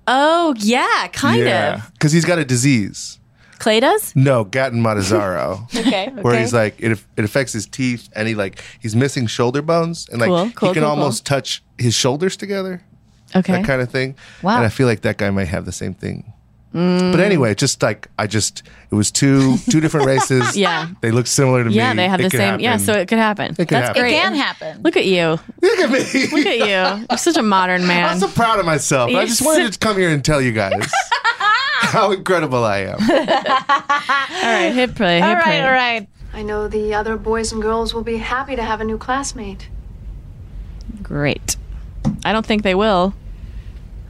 C: Oh yeah, kind of.
A: Because he's got a disease.
C: Clay does.
A: No, Gatton [LAUGHS] Matazzaro.
C: [LAUGHS] Okay.
A: Where he's like it, aff- it affects his teeth and he like he's missing shoulder bones and like
C: Cool, cool,
A: he can
C: cool,
A: almost touch his shoulders together
C: okay.
A: that kind of thing
B: Wow.
A: and I feel like that guy might have the same thing
C: Mm.
A: but anyway just like I just it was two two different
C: [LAUGHS]
A: races
C: Yeah.
B: Ah.
A: they look similar to me
C: yeah, they have
A: It
C: the
A: could
C: same. Yeah,
A: happen.
C: so it could happen.
A: could
C: That's
A: happen. It
C: great.
B: It can happen.
C: Look at you.
A: look at
C: [LAUGHS]
A: me
C: Look at
A: [LAUGHS]
C: you. You're such a modern man.
A: I'm so proud of myself I just wanted to come here and tell you guys how incredible I am
C: all right, hit play. Hit
B: all
C: play.
B: right, all right.
J: I know the other boys and girls will be happy to have a new classmate.
C: Great. I don't think they will.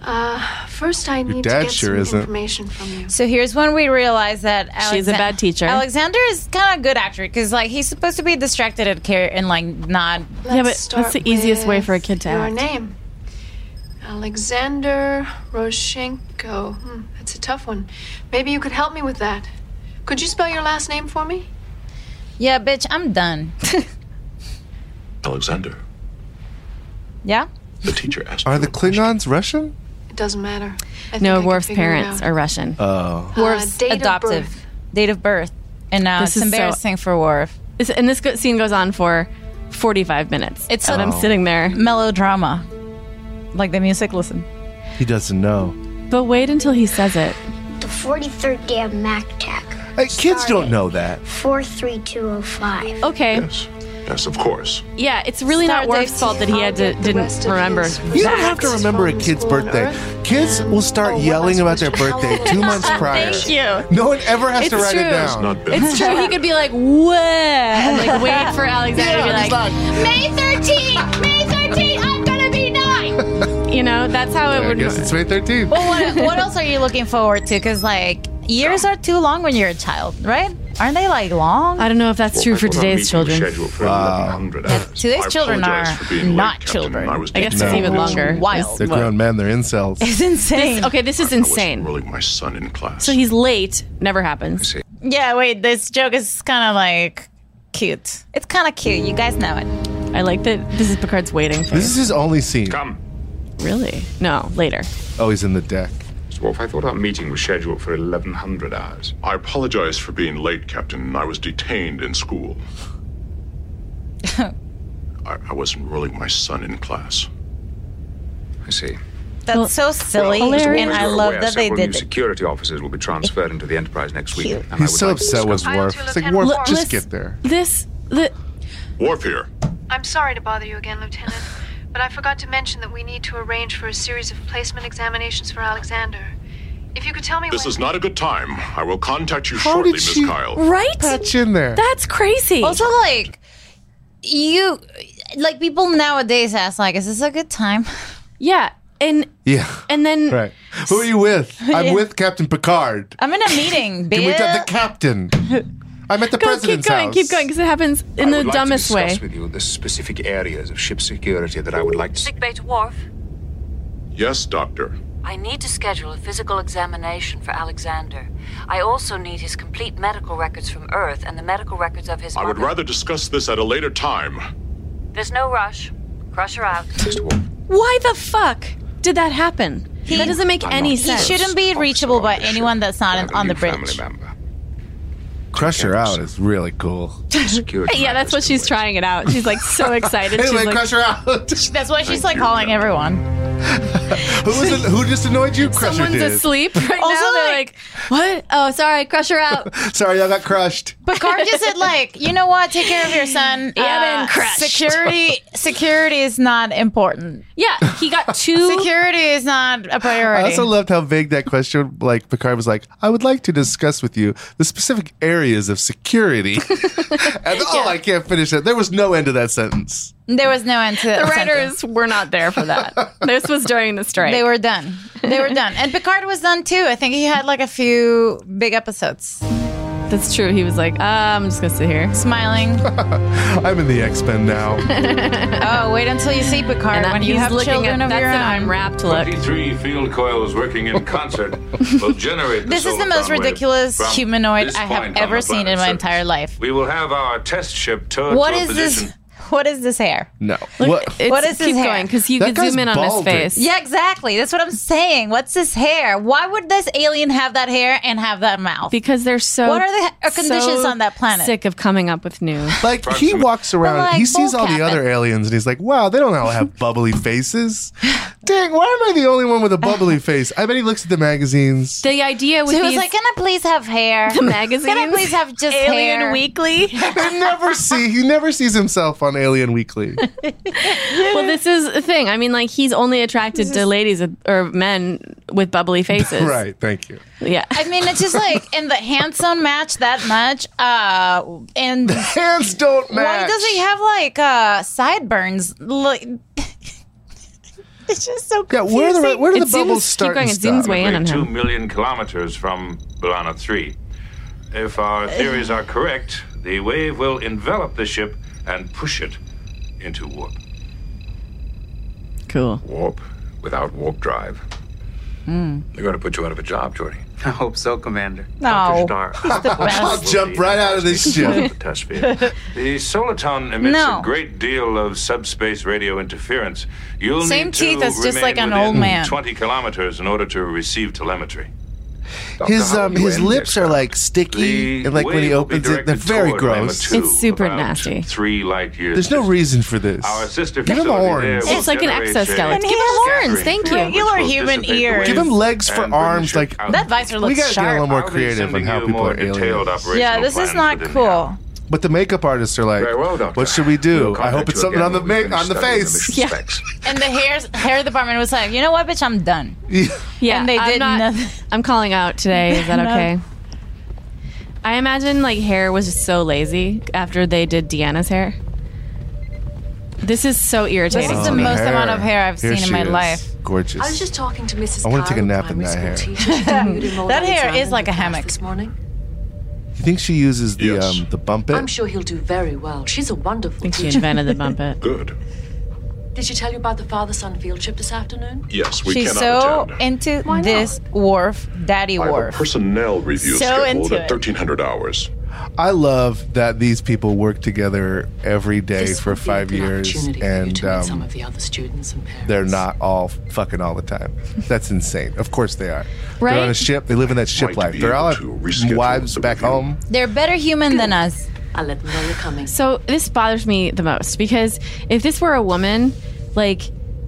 J: Uh, first I need to
A: dad
J: get
A: sure
J: some
A: isn't.
J: information from you.
B: So here's when we realize that
C: She's a
B: Alexan-
C: bad teacher.
B: Alexander is kind of a good actor because like he's supposed to be distracted and care and like not.
J: Let's
C: yeah, but
J: start
C: that's the easiest way for a kid to
J: your
C: act.
J: name. Alexander Roshenko. Hmm, that's a tough one. Maybe you could help me with that. Could you spell your last name for me?
B: Yeah, bitch, I'm done. [LAUGHS]
H: Alexander,
B: yeah.
H: the teacher asked
A: are
H: you
A: the
H: a question.
A: Klingons Russian
J: It doesn't matter. I
C: No,
J: think I
C: Worf's
J: can figure it
C: parents
J: out.
C: are Russian.
A: oh
B: Worf's
J: Uh, date of
B: adoptive
J: birth.
B: date of birth, and now
C: This
B: it's
C: is so-
B: embarrassing for Worf.
C: This- and this go- scene goes on for 45 minutes.
B: It's
C: and
B: a-
C: I'm sitting there.
B: Melodrama, like the music. Listen.
A: he doesn't know
C: But wait until he says it.
K: The 43rd day of MacTac.
A: Hey, kids don't know that
K: 43205.
C: Okay.
H: Yes. Yes, of course.
C: Yeah, it's really not
J: Start
C: Worf's
J: dates.
C: fault that he had to
J: I'll get the
C: didn't
J: rest of
C: remember.
J: his
A: You don't have to
J: facts
A: remember a
J: from
A: kid's
J: school on
A: birthday.
J: Earth.
A: Kids will start
J: Oh, what
A: yelling
J: am I
A: about their
J: supposed to
A: birthday
J: tell
A: two
J: them?
A: months prior.
C: Thank [LAUGHS] you.
A: No one ever has
C: It's
A: to write
C: true.
A: it
H: It's
A: down.
H: not been.
C: It's true. He could be like, what? And like wait for Alexander
A: Yeah,
C: to
A: it's
C: be like,
A: like,
K: May 13th! May 13th! I'm gonna be nine!
C: you know, that's how it
A: I
C: would.
A: guess it's May 13th.
B: Well, what, [LAUGHS] what else are you looking forward to? Because like years are too long when you're a child, right? Aren't they like long?
C: I don't know if that's true for today's children.
E: Scheduled for 1100 hours.
B: Today's
E: I
B: children
E: apologize
B: are
E: for being
B: not
E: Captain.
B: children.
E: I, was
C: I guess
E: taking
C: it's
A: No.
C: even longer.
B: Wild.
A: They're grown men. They're incels.
B: It's insane.
C: Okay, this is
H: I wasn't
C: insane.
H: really my son in class.
C: So he's late. Never happens.
B: Yeah, wait, this joke is kind of like cute. It's kind of cute. You guys know it.
C: I like that. This is Picard's waiting for.
A: This is his only scene.
E: Come.
C: Really? No, later.
A: Oh, he's in the deck.
E: Mr. Wolf, I thought our meeting was scheduled for 1100 hours.
H: I apologize for being late, Captain. I was detained in
B: [LAUGHS]
H: school. I, I was enrolling my son in class.
E: I see.
B: That's so silly,
E: Well, Mr. Wolf,
B: and
E: as
B: I
E: you're
B: love
E: aware,
B: that they
E: several new
B: did it.
E: security officers will be transferred into the Enterprise next week. And I would
A: He's so
E: like to
A: upset with
E: discuss-
A: Worf. It's like, Worf,
C: Look,
A: just
C: let's-
A: get there.
C: This the
H: Worf here.
J: I'm sorry to bother you again, Lieutenant, but I forgot to mention that we need to arrange for a series of placement examinations for Alexander. If you could tell me
H: This
J: when.
H: is not a good time. I will contact you
A: How
H: shortly,
A: did
H: Miss
A: she-
H: Kyle.
C: Right?
A: Patch in there.
C: That's crazy.
B: Also, like, you, like, people nowadays ask, like, is this a good time?
C: Yeah. And,
A: yeah. [LAUGHS]
C: and then
A: Right. Who are you with? I'm
B: Yeah.
A: with Captain Picard.
B: I'm in a meeting,
A: [LAUGHS] Can we
B: bitch.
A: tell the captain? I'm at the
C: go, keep
A: president's
C: going,
A: house.
C: keep going, because it happens in
E: I
C: the
E: would
C: dumbest
E: like to
C: way.
E: discuss with you the specific areas of ship security that I would like to.
L: Sickbay to Wharf,
H: Yes, Doctor.
L: I need to schedule a physical examination for Alexander. I also need his complete medical records from Earth and the medical records of his
H: I would
L: mother.
H: rather discuss this at a later time.
L: There's no rush. Crusher out.
C: Why the fuck did that happen? that doesn't make any
B: He
C: sense.
B: shouldn't
A: Oh,
B: be reachable by anyone that's not in, on the bridge.
A: Crush her out is really cool.
C: Hey, yeah, that's what she's trying it out. She's like so excited.
A: Anyway,
C: she's like,
A: crush her out. [LAUGHS]
B: That's why she's like calling everyone.
A: Who is it? Who just annoyed you? Crusher
C: Someone's
A: did.
C: asleep right now. They're like, what? Oh, sorry, crush her out.
A: Sorry, I got crushed.
B: But Carm just said, like, you know what? Take care of your son. [LAUGHS] Uh,
C: Yeah, man, crushed.
B: Security, security is not important.
C: Yeah, he got two.
B: [LAUGHS] security is not a
A: I
B: priority.
A: also loved how vague that question. Like Picard was like, "I would like to discuss with you the specific areas of security." [LAUGHS] and oh, I can't finish that. There was no end to that sentence.
B: there was no end to
C: The [LAUGHS] writers were not there for that. [LAUGHS] This was during the strike.
B: They were done. They were done. And Picard was done too. I think he had like a few big episodes.
C: That's true. He was like, uh, I'm just gonna sit here.
B: Smiling.
A: I'm in the X
C: [LAUGHS]
A: Men now.
B: oh, wait until you see Picard
C: And
B: when you
C: he's
B: have
C: looking
B: children
C: at-
B: of
C: that's
B: your
C: an
B: own.
C: unwrapped look.
M: 23 field coils working in concert
C: [LAUGHS]
M: will generate the
B: This is the
M: solar
B: most
M: sound wave
B: ridiculous
M: from
B: humanoid
M: this
B: I
M: point
B: have
M: on
B: ever
M: the
B: seen
M: planet
B: in my
M: surface.
B: entire life.
M: We will have our test ship towed
B: What
M: to a
B: is
M: position.
B: this? What is this hair?
A: No.
C: It's-
B: what is his
C: keep
B: hair?
C: going, 'cause you That could zoom guy's in on his balding. face.
B: Yeah, exactly. That's what I'm saying. What's his hair? Why would this alien have that hair and have that mouth?
C: Because they're so.
B: What are the uh, conditions
C: so
B: on that planet?
C: Sick of coming up with new.
A: Like he walks around,
B: But, like,
A: he sees
B: bull
A: all the
B: cap
A: other aliens, and he's like, "Wow, they don't all
B: [LAUGHS]
A: have bubbly faces." Dang, why am I the only one with a
B: [LAUGHS]
A: bubbly face? I bet he looks at the magazines.
C: The idea
B: So
C: was
B: he was like, "Can I please have hair? [LAUGHS]
C: The magazines?
B: Can I please have just
C: Alien
B: hair?
C: Weekly.
A: They never see. He never sees himself on Alien
B: [LAUGHS]
A: Weekly.
C: [LAUGHS] well, this is the thing. I mean, like he's only attracted to ladies with- or men with bubbly faces.
A: [LAUGHS] right? Thank you.
C: Yeah.
B: I mean, it's just like in the hands don't match that much. Uh, and
A: the hands don't
B: Why
A: match.
B: does he have like uh sideburns? Like, [LAUGHS] it's just so
A: Yeah,
B: confusing.
A: where are the where do the
B: It zooms-
A: bubbles start? and stop?
M: Approximately Two million kilometers from Bellana 3. If
B: Uh,
M: our theories are correct, the wave will envelop the ship and push it into warp.
C: Cool.
E: Warp without warp drive.
B: Hmm.
E: They're going to put you out of a job, Jordy.
N: I hope so, Commander.
B: No. [LAUGHS]
A: I'll [LAUGHS] jump right out of this ship.
M: The test
B: [LAUGHS]
M: field. The soliton emits
B: No.
M: a great deal of subspace radio interference. You'll
B: Same
M: need to
B: teeth as just
M: remain
B: like an
M: within
B: old man.
M: 20 kilometers in order to receive telemetry.
A: His um his lips are like sticky, and like when he
M: wave will be
A: opens it, they're
M: directed
A: very
M: toward Lima
A: gross.
M: 2, It's
C: super
M: about
C: nasty.
M: Three light years.
A: There's no reason for this.
M: Our sister
A: Give him
M: facility there
A: horns.
M: will
C: It's like an
M: generate a
C: exoskeleton. Give him
M: scattering
C: horns, thank you.
M: field which
B: Regular
M: will
B: human
M: dissipate the
B: ears.
A: Give him legs for
M: and bring the
A: arms,
M: ship
A: like
M: out.
B: That visor
A: we
B: looks
A: gotta get a little
B: sharp.
A: more
M: I'll be
A: creative on
M: sending
A: how
M: you
A: people
M: more
A: are
M: detailed
A: aliens.
B: Yeah, this is not cool.
A: But the makeup artists are like, "What should we do? I hope it's something on the ma- on the face."
B: Yeah. And the hair hair department was like, you know what, bitch, I'm done.
C: Yeah.
B: And they
C: I'm
B: did
C: not-
B: nothing.
C: I'm calling out today. Is that
B: [LAUGHS] No.
C: okay? I imagine like hair was just so lazy after they did Deanna's hair. This is so irritating.
B: This is the
A: Oh,
B: most amount of hair I've
A: Here
B: seen in
A: she
B: my
A: is.
B: life.
A: Gorgeous.
L: I was just talking to Mrs.
A: I wanna take a
L: Kyle,
A: nap in
L: primary
A: that
L: school
J: [LAUGHS]
A: hair.
L: teacher, to commute in Rhode
B: That hair
L: Alexander
B: is like a
L: with us
B: hammock.
L: This morning.
A: You think she uses the um the bump it?
L: I'm sure he'll do very well. She's a wonderful
C: think
B: [LAUGHS]
C: she
L: teacher.
C: invented the bump it.
H: Good.
L: Did she tell you about the father-son field trip this afternoon?
H: Yes, we
B: She's
H: cannot
B: so
H: attend.
B: into this wharf, daddy
H: I have a
B: wharf.
H: personnel review
B: So
H: scheduled
B: into
H: at
B: it.
H: 1300 hours.
A: I love that these people work together every day
L: This
A: for
L: would be a
A: five
L: good
A: years,
L: opportunity for you
A: and
L: to meet some
A: um,
L: of the other students and parents.
A: they're not all fucking all the time. That's insane. Of course they are.
B: Right?
A: They're on a ship. They live in that ship life. They're all have wives back home.
B: They're better human than us.
L: I'll let them know you're coming.
C: So this bothers me the most because if this were a woman, like,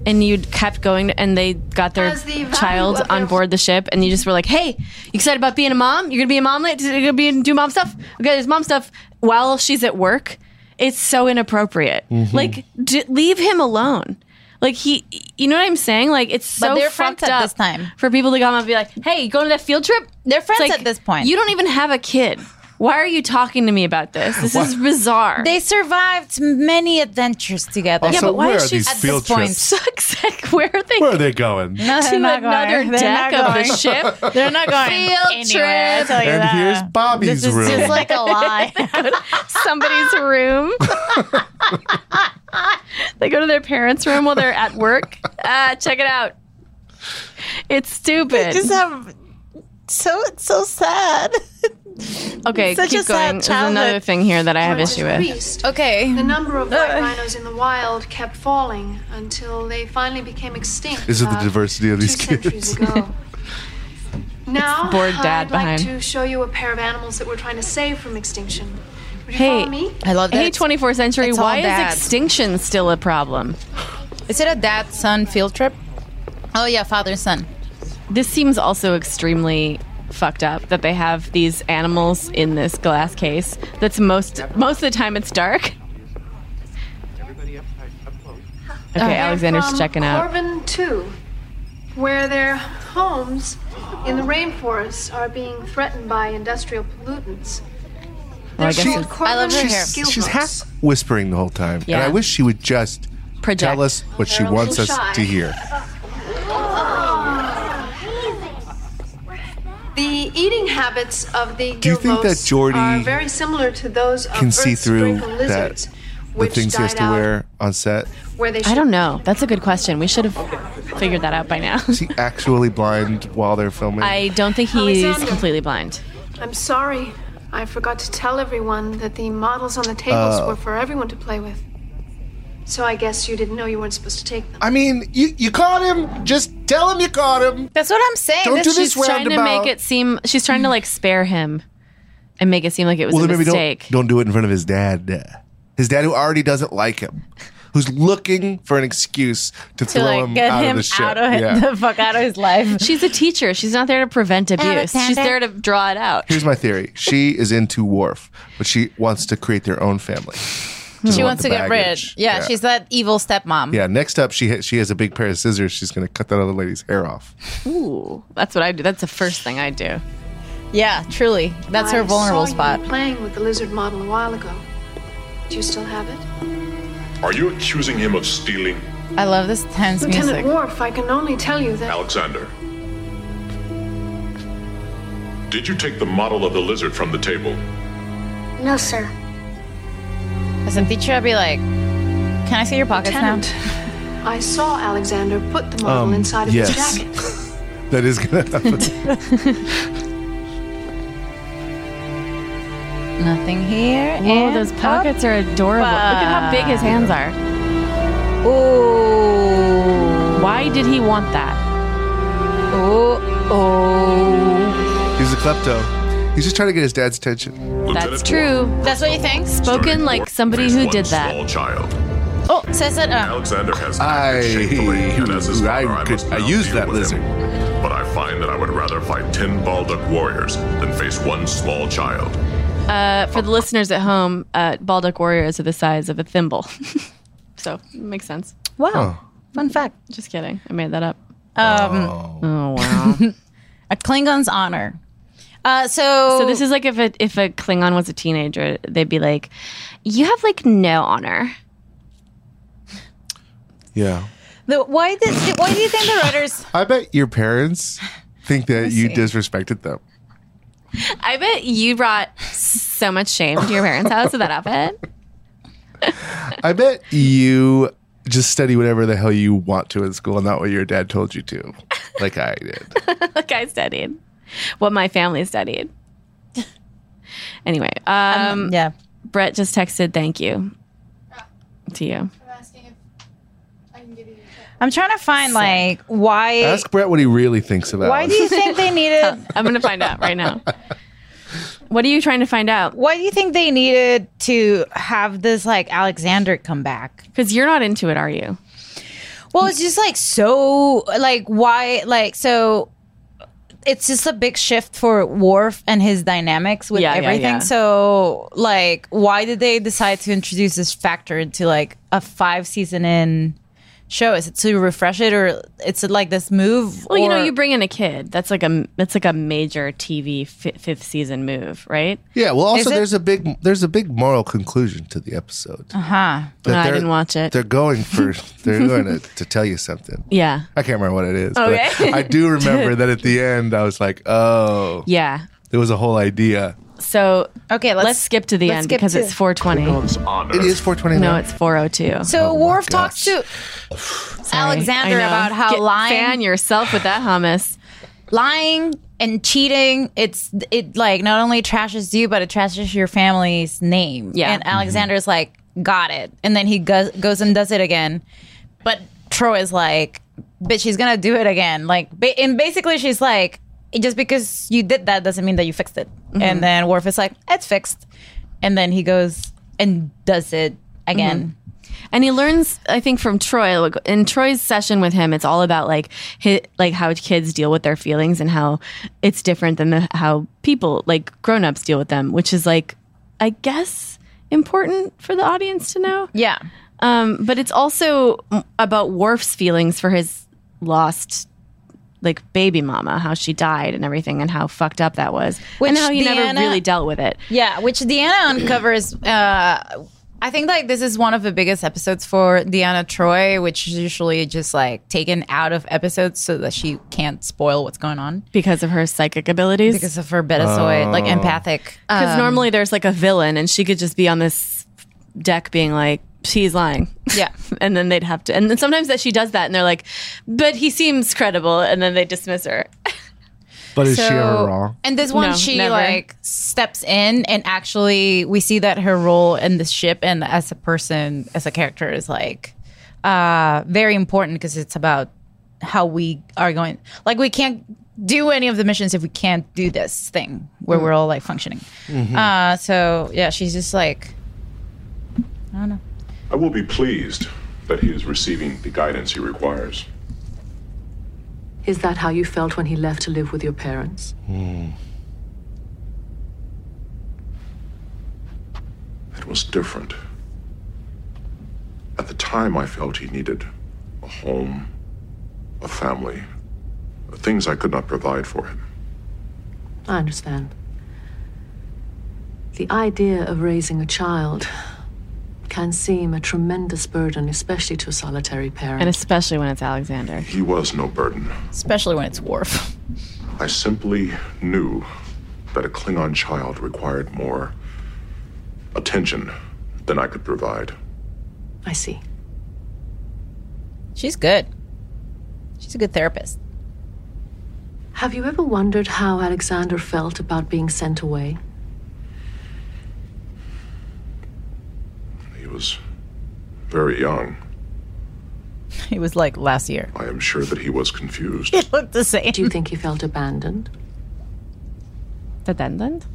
C: and you kept going and they got their
J: As the value
C: child
J: of
C: on
J: their-
C: board the ship and you just were like, hey, you excited about being a mom? You're gonna be a mom late? You're gonna be do mom stuff? Okay, there's mom stuff while she's at work. It's so inappropriate. Like, d- leave him alone. Like he, you know what I'm saying? Like it's
B: But
C: so
B: they're friends
C: fucked
B: at
C: up
B: this time.
C: for people to come up and be like, "Hey, you going to that field trip?" They're
B: friends at this point.
C: You don't even have a kid. Why are you talking to me about this? This is bizarre.
B: They survived many adventures together.
C: Yeah, Also, but why where is are she- these
B: at
C: field
B: this
C: [LAUGHS]
B: point?
C: trips? Sucks. Like, where are they?
A: Where are they going?
B: No, they're
C: to
B: not
C: another
B: going. They're
C: deck
B: not
C: of the
B: going.
C: ship. [LAUGHS]
B: They're not going
C: Field
B: anywhere, I
C: trip.
B: tell you
A: and here's Bobby's
C: This is
A: room.
C: just [LAUGHS] like
B: a lie.
N: [LAUGHS]
C: Somebody's room. [LAUGHS] they go to their parents' room while they're at
N: [LAUGHS]
C: work. Ah, check it out. It's stupid.
N: just
C: [LAUGHS]
N: have so it's so sad.
C: okay,
N: such
C: keep
N: a sad
C: going. There's another
N: childhood.
C: thing here that I have issue with.
B: Okay.
J: The number of white rhinos in the wild kept falling until they finally became extinct.
A: Is it the
J: about
A: diversity of
J: two
A: these
J: centuries
A: kids? [LAUGHS]
J: ago. Now,
C: bored dad
J: I'd
C: behind.
J: like to show you a pair of animals that we're trying to save from extinction. Would you
C: Hey,
J: follow me?
C: I love that. Hey, 24th century.
B: it's all
C: Why
B: dad.
C: is extinction still a problem?
B: Is it a dad son field trip? Oh yeah, father son.
C: This seems also extremely fucked up that they have these animals in this glass case. That's most most of the time it's dark. Okay,
J: They're
C: Alexander's
J: from
C: checking out.
J: Corbin 2, where their homes in the rainforests are being threatened by industrial pollutants.
A: Well, I guess
J: called
A: it's-
J: Corbin
B: I love her hair.
J: Skillbox.
B: She's
A: half- Whispering the whole time. And
B: Yeah.
A: I wish she would just
C: Project.
A: tell us what she
J: They're a
A: wants us
J: little shy.
A: to hear.
J: The eating habits of the
A: Do you think that
J: Gilvos
A: Jordy
J: are very similar to those of
A: Can see
J: Earth's
A: through
J: spherical
A: that
J: lizards,
A: the
J: which
A: things he has
J: died
A: to
J: out
A: wear on set.
J: where they
C: I don't know. That's a good question. We should have figured that out by now.
A: Is he actually blind while they're filming?
C: I don't think he's
J: Alexander.
C: completely blind.
J: I'm sorry. I forgot to tell everyone that the models on the tables
A: Oh.
J: were for everyone to play with. So I guess you didn't know you weren't supposed to take them.
A: I mean, you you caught him. Just tell him you caught him.
B: That's what I'm saying.
A: Don't do this
C: she's trying to
A: roundabout.
C: make it seem. She's trying to like spare him, and make it seem like it was
A: well,
C: a
A: then maybe
C: mistake.
A: don't don't do it in front of his dad. His dad, who already doesn't like him, who's looking for an excuse
C: To
A: to, throw
C: like
A: him
C: get
A: out of
C: him
A: the ship.
C: out of it.
A: yeah.
B: [LAUGHS] The fuck out of his life.
C: She's a teacher. She's not there to prevent abuse. She's
B: Alexander.
C: there to draw it out.
A: Here's my theory: she is into Worf, but she wants to create their own family. Doesn't
B: She
A: want
B: wants
A: the
B: to get
A: baggage.
B: rich. Yeah, she's that evil stepmom.
A: Yeah, next up, she ha- she has a big pair of scissors. She's going to cut that other lady's hair off. [LAUGHS]
C: Ooh, that's what I do. That's the first thing I do.
B: Yeah, truly. That's her
J: I
B: vulnerable
J: saw
B: spot.
J: You playing with the lizard model a while ago. Do you still have it?
H: Are you accusing him of stealing?
B: I love this tense
J: Lieutenant
B: music.
J: Worf, I can only tell you that
H: Alexander. Did you take the model of the lizard from the table?
B: No, sir. As a teacher, I'd be like, "Can I see your pockets
J: Lieutenant, I saw Alexander put the model
A: Um,
J: inside of
A: yes.
J: his jacket.
A: That is going to happen.
B: now?" Nothing here.
C: Whoa, Oh, those pockets are adorable. Look at how big his hands are.
B: Ooh.
C: Why did he want that?
B: Oh, oh.
A: He's a klepto. He's just trying to get his dad's attention.
C: That's true.
B: That's what you think?
C: Spoken like somebody who did that.
H: Child.
B: Oh, says it. Uh,
H: Alexander has
A: I,
H: I, could, I used that lizard. But I find that I would rather fight ten Baldock warriors than face one small child.
C: Uh, for the listeners at home, uh, Baldock warriors are the size of a thimble. [LAUGHS] so, makes sense.
B: wow. Fun fact.
C: Just kidding. I made that up.
B: Um,
C: Oh, wow.
B: A Klingon's honor. Uh, so,
C: So this is like if a if a Klingon was a teenager, they'd be like, "You have like no honor."
A: Yeah.
B: the, why did why do you think the writers?
A: I bet your parents think that you
B: see.
A: disrespected them.
C: I bet you brought so much shame to your parents' house with that outfit.
A: I bet you just study whatever the hell you want to in school and not what your dad told you to, like I did.
C: like I studied, what my family studied. [LAUGHS] anyway, um,
B: yeah.
C: Brett just texted, "Thank you." To you.
B: I'm trying to find like why
A: Ask Brett what he really thinks about.
B: why
A: us.
B: do you think
C: [LAUGHS]
B: they needed
C: I'm gonna find out right
B: [LAUGHS]
C: now. What are you trying to find out?
B: Why do you think they needed to have this like Alexander come back?
C: Because you're not into it, are you?
B: Well, it's just like so like why like so it's just a big shift for Worf and his dynamics with
C: Yeah, yeah,
B: everything.
C: yeah.
B: So like why did they decide to introduce this factor into like a five season in show? Is it to refresh it, or it's like this move?
C: Well, you know,
B: or-
C: you bring in a kid. That's like a that's like a major TV fi- fifth season move, right?
A: Yeah. Well,
C: Is
A: also
C: it-
A: there's a big there's a big moral conclusion to the episode.
C: Uh huh.
A: That
C: I
A: they're-
C: didn't watch it.
A: They're going for they're going to, to tell you something.
C: Yeah.
A: I can't remember what it is.
C: Okay.
A: But I do remember that at the end I was like, oh,
C: Yeah.
A: there was a whole idea.
C: So okay, let's, skip to the
B: let's
C: end
B: skip
C: because
B: to-
C: it's 420.
A: It is 420.
C: No, it's 402.
B: So Worf talks to Alexander
C: I know.
B: about how
C: Get-
B: lying,
C: fan yourself with that hummus,
B: lying and cheating. It's it like not only trashes you, but it trashes your family's name. Yeah, and Alexander's like, got it, and then he goes goes and does it again. But Troy is like, bitch, she's gonna do it again. Like, ba- and basically she's like, just because you did that doesn't mean that you fixed it.
C: Mhm.
B: And then Worf is like, it's fixed, and then he goes and does it again.
C: and he learns. I think from Troy. like, In Troy's session with him, it's all about like hi like how kids deal with their feelings and how it's different than the, how people like grown ups deal with them, which is like I guess important for the audience to know.
B: Yeah.
C: Um, but it's also m- about Worf's feelings for his lost like baby mama, how she died and everything and how fucked up that was.
B: Which
C: and how he never
B: Deanna-
C: really dealt with it.
B: Yeah, which Deanna uncovers. Uh, I think like this is one of the biggest episodes for Deanna Troy, which is usually just like taken out of episodes so that she can't spoil what's going on
C: because of her psychic abilities,
B: because of her betazoid, like
C: Oh.
B: empathic.
C: Because
B: Um,
C: normally there's like a villain and she could just be on this deck being like, she's lying.
B: Yeah.
C: [LAUGHS] and then they'd have to, and then sometimes that she does that and they're like, but he seems credible. And then they dismiss her.
A: But is she
B: So-
A: ever wrong?
B: And this one,
C: No,
B: she
C: never.
B: like steps in, and actually, we see that her role in the ship and as a person, as a character, is like uh very important because it's about how we are going. Like, we can't do any of the missions if we can't do this thing where
C: Mm.
B: we're all like functioning.
H: Mhm.
A: Mm-hmm.
B: Uh, so yeah, she's just like I don't know.
H: I will be pleased that he is receiving the guidance he requires.
O: Is that how you felt when he left to live with your parents?
H: Hmm. It was different. At the time, I felt he needed a home, a family, things I could not provide for him.
O: I understand. The idea of raising a child can seem a tremendous burden, especially to a solitary parent.
C: And especially when it's Alexander.
H: He was no burden.
B: Especially when it's Worf. [LAUGHS]
H: I simply knew that a Klingon child required more attention than I could provide.
O: I see.
B: She's good. She's a good therapist. [LAUGHS]
O: Have you ever wondered how Alexander felt about being sent away?
H: He was very young.
B: It was like last year. [LAUGHS]
H: I am sure that he was confused.
B: It looked the same.
O: Do you think he felt abandoned?
C: Abandoned?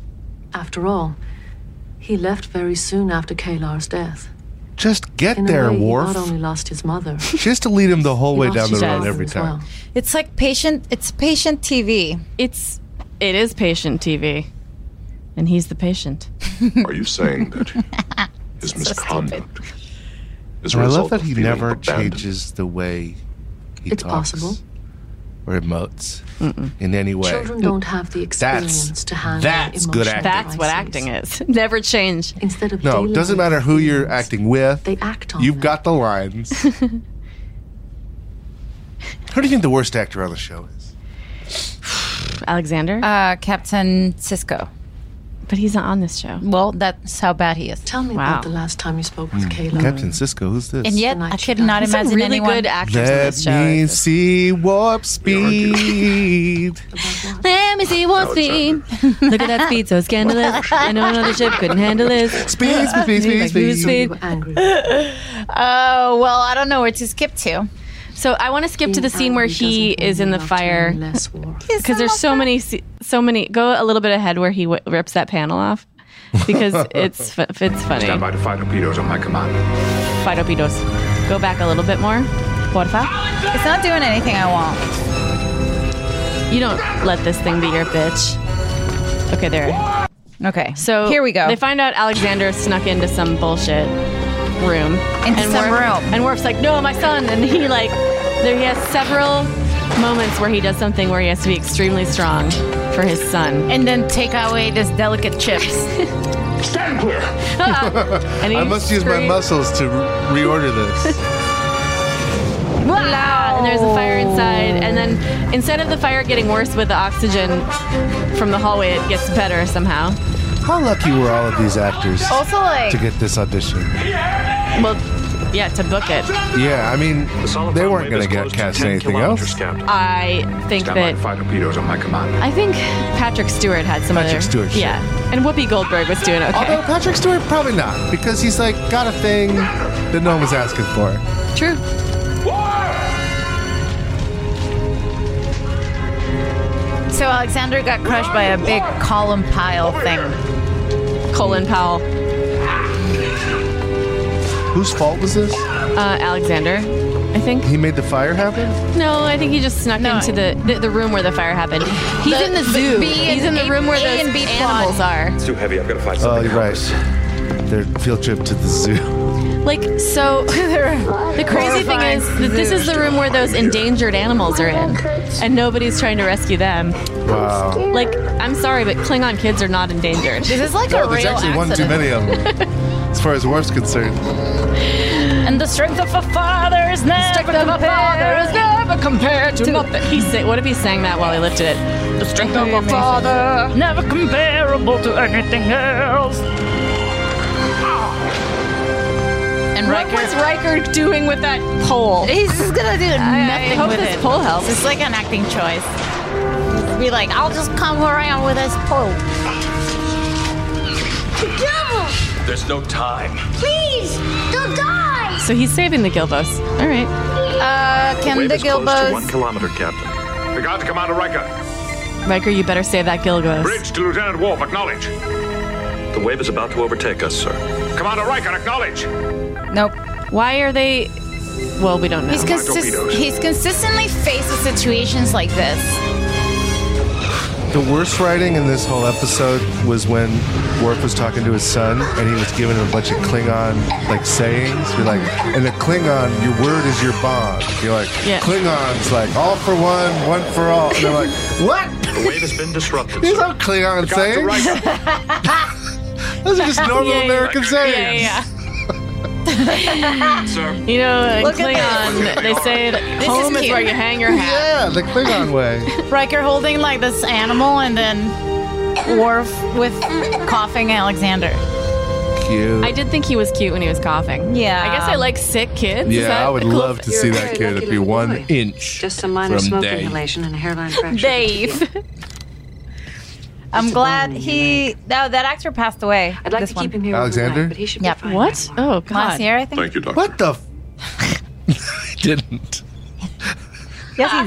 O: After all, he left very soon after Kalar's death.
A: Just get
O: In a
A: there,
O: way, he
A: Worf.
O: Not only lost his mother,
A: [LAUGHS] She has to lead him the whole
O: He
A: way
O: lost
A: down the
O: his
A: road
O: father
A: every
O: as
A: time.
O: well.
B: It's like patient. It's patient TV.
C: It's it is patient TV. And he's the patient.
H: Are you saying
B: [LAUGHS]
H: that his misconduct is a
A: And I
H: result
A: love that
H: of
A: he
H: feeling
A: never
H: abandoned?
A: changes the way he
O: It's
A: talks
O: possible.
A: or emotes in any way.
O: children don't have the experience
A: That's-
O: to handle
A: that's good
O: emotional
A: acting.
C: That's what
O: crises.
C: acting is. [LAUGHS] Never change.
O: Instead of
A: No,
O: dealing
A: doesn't
O: with
A: matter who you're acting with.
O: They act on
A: You've got the [LAUGHS] lines. who do you think the worst actor on the show is?
C: Alexander?
B: Uh, Captain Cisco.
C: But he's not on this show.
B: Well, that's how bad he is. Tell
O: me
C: about
O: the last time you spoke with Kayla.
A: Captain Cisco, who's this?
B: And yet, I could not
C: There's some
B: imagine
C: really
B: anyone.
C: good actors on
A: Let
C: this show.
A: me see warp speed.
C: Let [LAUGHS] me see one speed. Look at that speed, so [LAUGHS] scandalous. I know another ship couldn't handle this.
A: [LAUGHS] Speed,
C: [LAUGHS]
A: speed, speed, speed, speed.
O: angry.
B: Oh well, I don't know where to skip to.
C: So I want to skip to the scene where he is in the fire
A: [LAUGHS]
C: because there's so many, se- so many. Go a little bit ahead where he w- rips that panel off
E: [LAUGHS]
C: because it's fu- it's funny.
E: Stand by to fire torpedoes on my command.
C: Fidopitos. Go back a little bit more. Porfa.
B: It's not doing anything I want.
C: You don't let this thing be your bitch. Okay, there.
B: Okay.
C: So
B: Here we go.
C: They find out Alexander snuck into some bullshit. room.
B: Into some
C: Worf-
B: room.
C: And Worf's like, no, my son. And he like, there he has several moments where he does something where he has to be extremely strong for his son.
B: And then take away this delicate [LAUGHS] chips.
H: Stand clear.
C: he
A: I must use my
C: screams-
A: muscles to re- reorder this.
C: Wow. And there's a fire inside. And then instead of the fire getting worse with the oxygen from the hallway, it gets better somehow.
A: [LAUGHS] How lucky were all of these actors
C: Also, like-
A: to get this audition?
C: Well, yeah, to book it.
A: Yeah, I mean, they weren't going to get cast in anything else.
C: I think that.
E: five torpedoes on my command.
C: I think Patrick Stewart had some
A: Patrick
C: other.
A: Stewart, sure.
C: Yeah. And Whoopi Goldberg was doing okay.
A: Although Patrick Stewart probably not, because he's like got a thing that no one was asking for.
C: True.
B: So Alexander got crushed by a big column pile thing.
C: Colin Powell.
A: Whose fault was this?
C: Uh, Alexander, I think.
A: He made the fire happen.
C: No, I think he just snuck into the, the the room where the fire happened. He's in the zoo. He's in the room where those animals are.
E: It's too heavy. I've got to find
A: Oh, you're right. Their field trip to the [LAUGHS] zoo.
C: Like so, [LAUGHS] the crazy thing is that this is the room where those endangered animals are in, and nobody's trying to rescue them.
A: Wow.
C: Like, I'm sorry, but Klingon kids are not endangered.
B: This is like
A: No, there's actually one too many of them. As far as Worf's concerned,
B: And the strength of a father is never
C: strength of a father is never compared to nothing. He sa- what if he sang that while he lifted it? The strength of a father,
B: never comparable to anything else. And
C: What
B: Riker,
C: was Riker doing with that pole?
B: he's just gonna do
C: I
B: nothing
C: hope
B: with
C: this
B: it.
C: pole helps.
B: It's like an acting choice. Be like, I'll just come around with this pole.
E: There's no time.
K: Please, don't die!
C: So he's saving the Gilbos. All right.
B: Uh, can
E: Wave
B: the
E: is close to one
B: Gilbos?
E: kilometer, Captain. Regard to Commander Riker.
C: Riker, you better save that Gilbos.
E: Bridge to Lieutenant Worf. Acknowledge. The wave is about to overtake us, sir. Commander Riker,
B: [LAUGHS]
E: acknowledge.
C: Nope. Why are they? Well, we don't know.
B: He's, consist- he's consistently faced with situations like this.
A: the worst writing in this whole episode was when Worf was talking to his son, and he was giving him a bunch of Klingon like sayings. You're like, and the Klingon, your word is your bond. You're like,
C: Yeah.
A: Klingons, like all for one, one for all. And they're like, what?
E: The wave has been disrupted.
A: These aren't Klingon sayings. Those are just normal
C: [LAUGHS] Yeah,
A: American sayings.
C: Yeah, yeah. You know, in
B: Look at
C: Klingon,
B: [LAUGHS]
C: they say that
B: This is
C: home is,
B: cute.
C: where you hang your hat.
A: Yeah, the
C: [LAUGHS]
A: Klingon way.
B: Riker holding like this animal and then Worf with coughing Alexander.
A: Cute.
C: I did think he was cute when he was coughing.
B: Yeah.
C: I guess I like sick kids. Is
A: yeah,
C: that
A: I would
C: a cool-
A: love to see that kid. It'd be one inch.
P: Just a minor
A: from
P: smoke
A: day.
P: inhalation and a hairline fracture.
B: Dave. I'm glad he. No, that actor passed away. I'd like to keep him
P: here
A: Alexander? but
P: he should
C: [LAUGHS]
B: yep.
C: What? Oh God.
B: Last year, I think.
H: Thank you, Doctor.
A: What [LAUGHS] the? F- I didn't.
B: Yes, he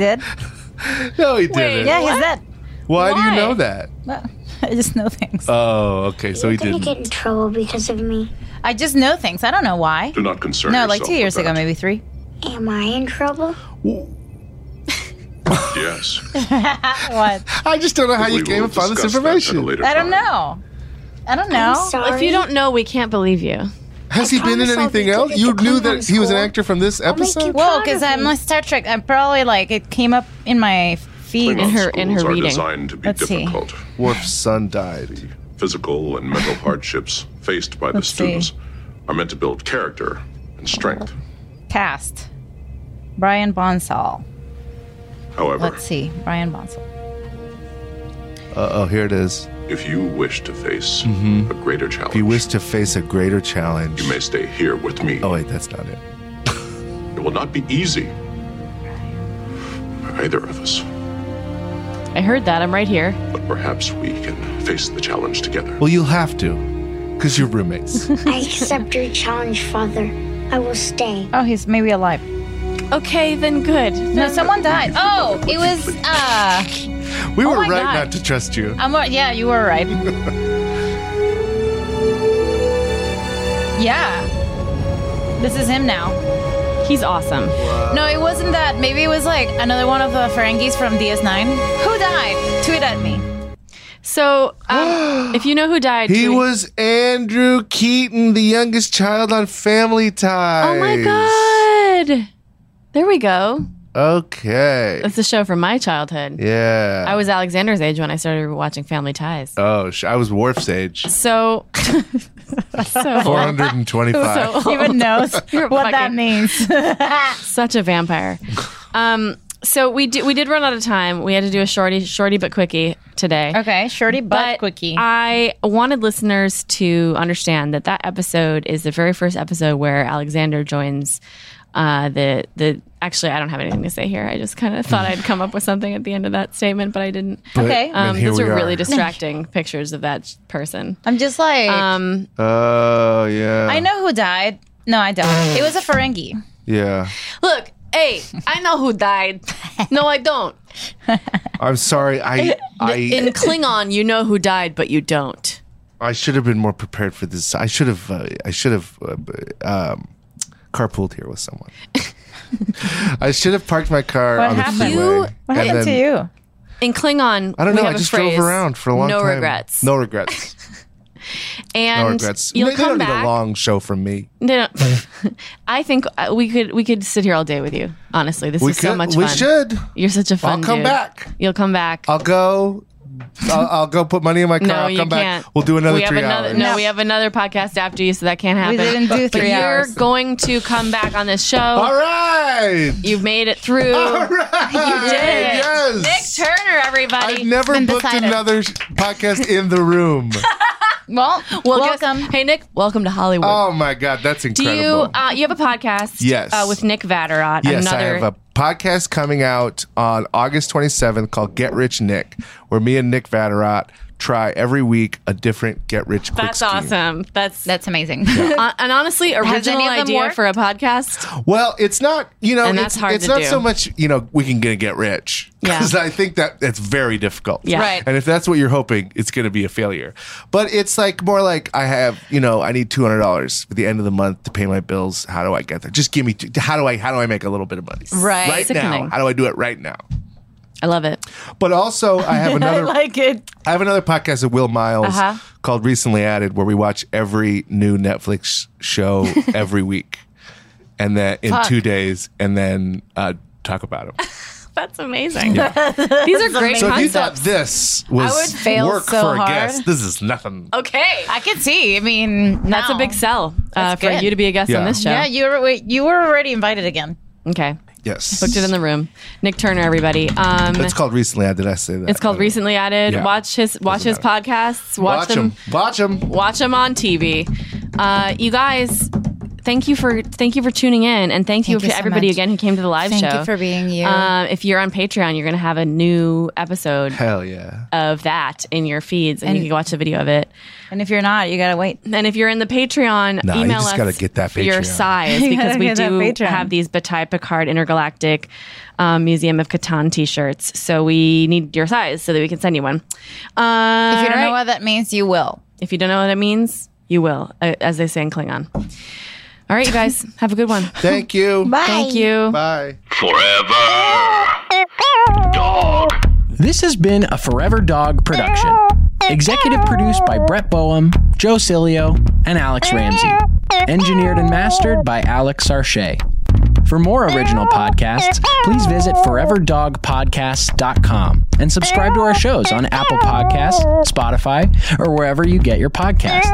H: [LAUGHS]
B: did.
A: No, he didn't.
B: yeah, he's dead.
A: Why, do
B: Why?
A: you know that?
B: Well, [LAUGHS] I just know things.
A: Oh, okay. So he
K: You're gonna
A: didn't.
K: get in trouble because of me.
B: I just know things. I don't know why.
H: Do not concern
B: No, like
H: yourself
B: two years
H: with
B: ago,
H: [LAUGHS]
B: maybe three.
K: Am I in trouble?
H: that. Yes.
B: what?
A: I just don't know how
H: We
A: you came
H: will
A: upon this
H: discuss that at a
A: information.
H: later
B: I don't
H: time.
B: know. I don't know.
C: If you don't know, we can't believe you.
A: Has he been in anything else? You knew that he was an actor from this episode.
B: Well, because I'm a Star Trek. I'm probably like it came up in my feed.
H: Klingon schools are designed to be
B: Let's see.
H: difficult.
A: Worf's son died.
H: Physical and
B: [LAUGHS]
H: mental hardships faced by the
B: Let's see.
H: students are meant to build character and strength.
B: Cast: Brian Bonsall.
H: However,
B: Let's see, Brian Bonsall.
A: Uh oh, here it is.
H: if you wish to face
A: Mhm.
H: a greater
A: If
H: challenge,
A: you wish to face a greater challenge.
H: you may stay here with me.
A: Oh wait, that's not it.
H: It will not be easy for either of us,
C: I heard that. I'm right here.
H: but perhaps we can face the challenge together.
A: Well, you'll have to, because you're [LAUGHS] roommates.
K: I accept your challenge, Father. I will stay.
B: Oh, he's maybe alive.
C: Okay, then good.
B: No, someone died. Oh, it was. uh
A: We were
B: my
A: right
B: God.
A: not to trust you.
B: I'm. a- Yeah, you were right. yeah, this is him now.
C: He's awesome.
B: No, it wasn't that. Maybe it was like another one of the Ferengis from DS9. Who died? Tweet at me.
C: So,
A: [GASPS]
C: um, if you know who died,
A: He
C: tweet-
A: was Andrew Keaton, the youngest child on Family Ties.
C: Oh my god! There we go.
A: Okay.
C: That's a show from my childhood.
A: Yeah.
C: I was Alexander's age when I started watching Family Ties.
A: Oh, sh- I was Worf's age.
C: [LAUGHS] So, so
A: Four hundred and twenty-five.
B: Even knows what that
C: means. Such a vampire. Um, so we did, we did run out of time. We had to do a shorty shorty but quickie today.
B: Okay, shorty but, uh, quickie.
C: I wanted listeners to understand that that episode is the very first episode where Alexander joins uh, the the. Actually, I don't have anything to say here. I just kind of thought I'd come up with something at the end of that statement, but I didn't.
A: But- Okay. then
C: Um,
A: here
C: those
A: we
C: are
A: are.
C: really [LAUGHS] distracting pictures of that person.
B: I'm just like,
C: um,
A: Oh yeah.
B: I know who died. No, I don't. It was a Ferengi.
A: Yeah.
C: Look, hey, I know who [LAUGHS] died. No, I don't.
A: I'm sorry. I
C: [LAUGHS]
A: I
C: In Klingon, you know who died, but you don't.
A: I should have been more prepared for this. I should have. Uh, I should have uh, b- um, carpooled here with
C: [LAUGHS]
A: someone. I should have parked my car on the freeway. and then-
C: you? In Klingon,
A: I don't know.
C: We
A: I
C: have a
A: just
C: phrase,
A: drove around for a long
C: no
A: time.
C: regrets.
A: No regrets.
C: And
A: no regrets.
C: You'll
A: they
C: come
A: don't need
C: back.
A: a long show from me.
C: No, no. [LAUGHS] I think uh, we could we could sit here all day with you. Honestly, this
A: We
C: is so
A: could-
C: much
A: we
C: fun.
A: should.
C: You're such a fun.
A: come
C: dude.
A: back.
C: You'll come back.
A: I'll go. I'll, I'll go put money in my car.
C: No,
A: I'll
C: you
A: come
C: can't.
A: back. We'll do another
C: we have
A: three
C: another,
A: hours.
C: No, we have another podcast after you, so that can't happen.
B: didn't do
C: But
B: three
C: you're
B: hours.
C: going to come back on this show.
B: All
A: right. [LAUGHS]
C: You've made it through.
B: All
A: right.
C: You did it.
A: Yes.
C: Nick Turner, everybody.
A: I've never booked another sh- podcast in
C: [LAUGHS]
A: the room.
C: Well, welcome. hey, Nick. Welcome to Hollywood.
A: Oh my god, that's
C: Do
A: incredible.
C: you uh, you have a podcast?
A: Yes.
C: Uh, with Nick Vatterott.
A: Yes,
C: another,
A: I have a podcast coming out on August 27th called Get Rich Nick, where me and Nick Vatterott try every week a different get rich quick
C: That's
A: scheme.
C: awesome. That's that's amazing. [LAUGHS]
B: [LAUGHS]
A: Yeah.
C: and honestly,
B: Has
C: original
B: any of them
C: idea
B: worked?
C: for a podcast.
A: Well, it's not you know
C: And that's
A: it's,
C: hard
A: it's
C: to
A: not
C: do.
A: so much you know we can gonna get rich [LAUGHS]
C: Yeah.
A: because I think that that's very difficult.
C: Yeah. Right.
A: And if that's what you're hoping, it's gonna be a failure. But it's like more like I have you know I need two hundred dollars at the end of the month to pay my bills. How do I get there? Just give me two, how do I how do I make a little bit of money
C: Right.
A: right now?
C: Sickening.
A: How do I do it right now?
C: I love it.
A: But also
C: [LAUGHS]
A: I have another
B: like it.
A: I have another podcast with Will Miles
C: Uh-huh.
A: called Recently Added, where we watch every new Netflix
C: [LAUGHS]
A: show every week, and then in
C: Fuck.
A: two days, and then uh, talk about it.
C: That's amazing.
A: Yeah.
C: These are great
A: so if you thought
C: concepts.
A: this
B: I
A: was
B: would fail
A: work
B: so
A: for a
B: hard.
A: guest, this is nothing.
C: Okay,
B: I can see. I mean,
C: that's a big sell uh, for you to be a guest on
A: Yeah.
C: this show.
B: Yeah, you were wait, you were already invited again.
C: Okay.
A: Yes.
C: Booked it in the room. Nick Turner, everybody. Um,
A: It's called Recently Added. I say that.
C: It's called recently added.
A: Yeah.
C: Watch his watch his podcasts.
A: Watch
C: Watch, them.
A: 'em. Watch them.
C: Watch them on TV. Uh, you guys, thank you for thank you for tuning in, and thank, you
B: Thank
C: to
B: you so
C: everybody
B: much.
C: again who came to the live
B: Thank
C: show.
B: you for being you.
C: Uh, if you're on Patreon, you're going to have a new episode.
A: Hell
C: [LAUGHS]
A: yeah.
C: Of that in your feeds, and, you
B: And-
C: can watch the video of it.
B: And if you're not, you gotta wait.
C: And if you're in the Patreon,
A: Nah, you
C: email
A: just
C: us
A: gotta get that
C: your
A: Patreon.
C: size
B: [LAUGHS] You
C: because
B: gotta
C: we
B: get that
C: do
B: Patreon.
C: have these Bataille Picard Intergalactic um, Museum of Catan t-shirts. So we need your size so that we can send you one. Uh,
B: if you don't know what that means, you will.
C: If you don't know what it means, you will, uh, as they say in Klingon. All right, you guys, have a good one.
A: Thank you.
C: Bye. Thank you.
A: Bye.
P: Forever Dog. This has been a Forever Dog production. Executive produced by Brett Boehm, Joe Cilio, and Alex Ramsey. Engineered and mastered by Alex Sarche. For more original podcasts, please visit foreverdogpodcasts.com and subscribe to our shows on Apple Podcasts, Spotify, or wherever you get your podcasts.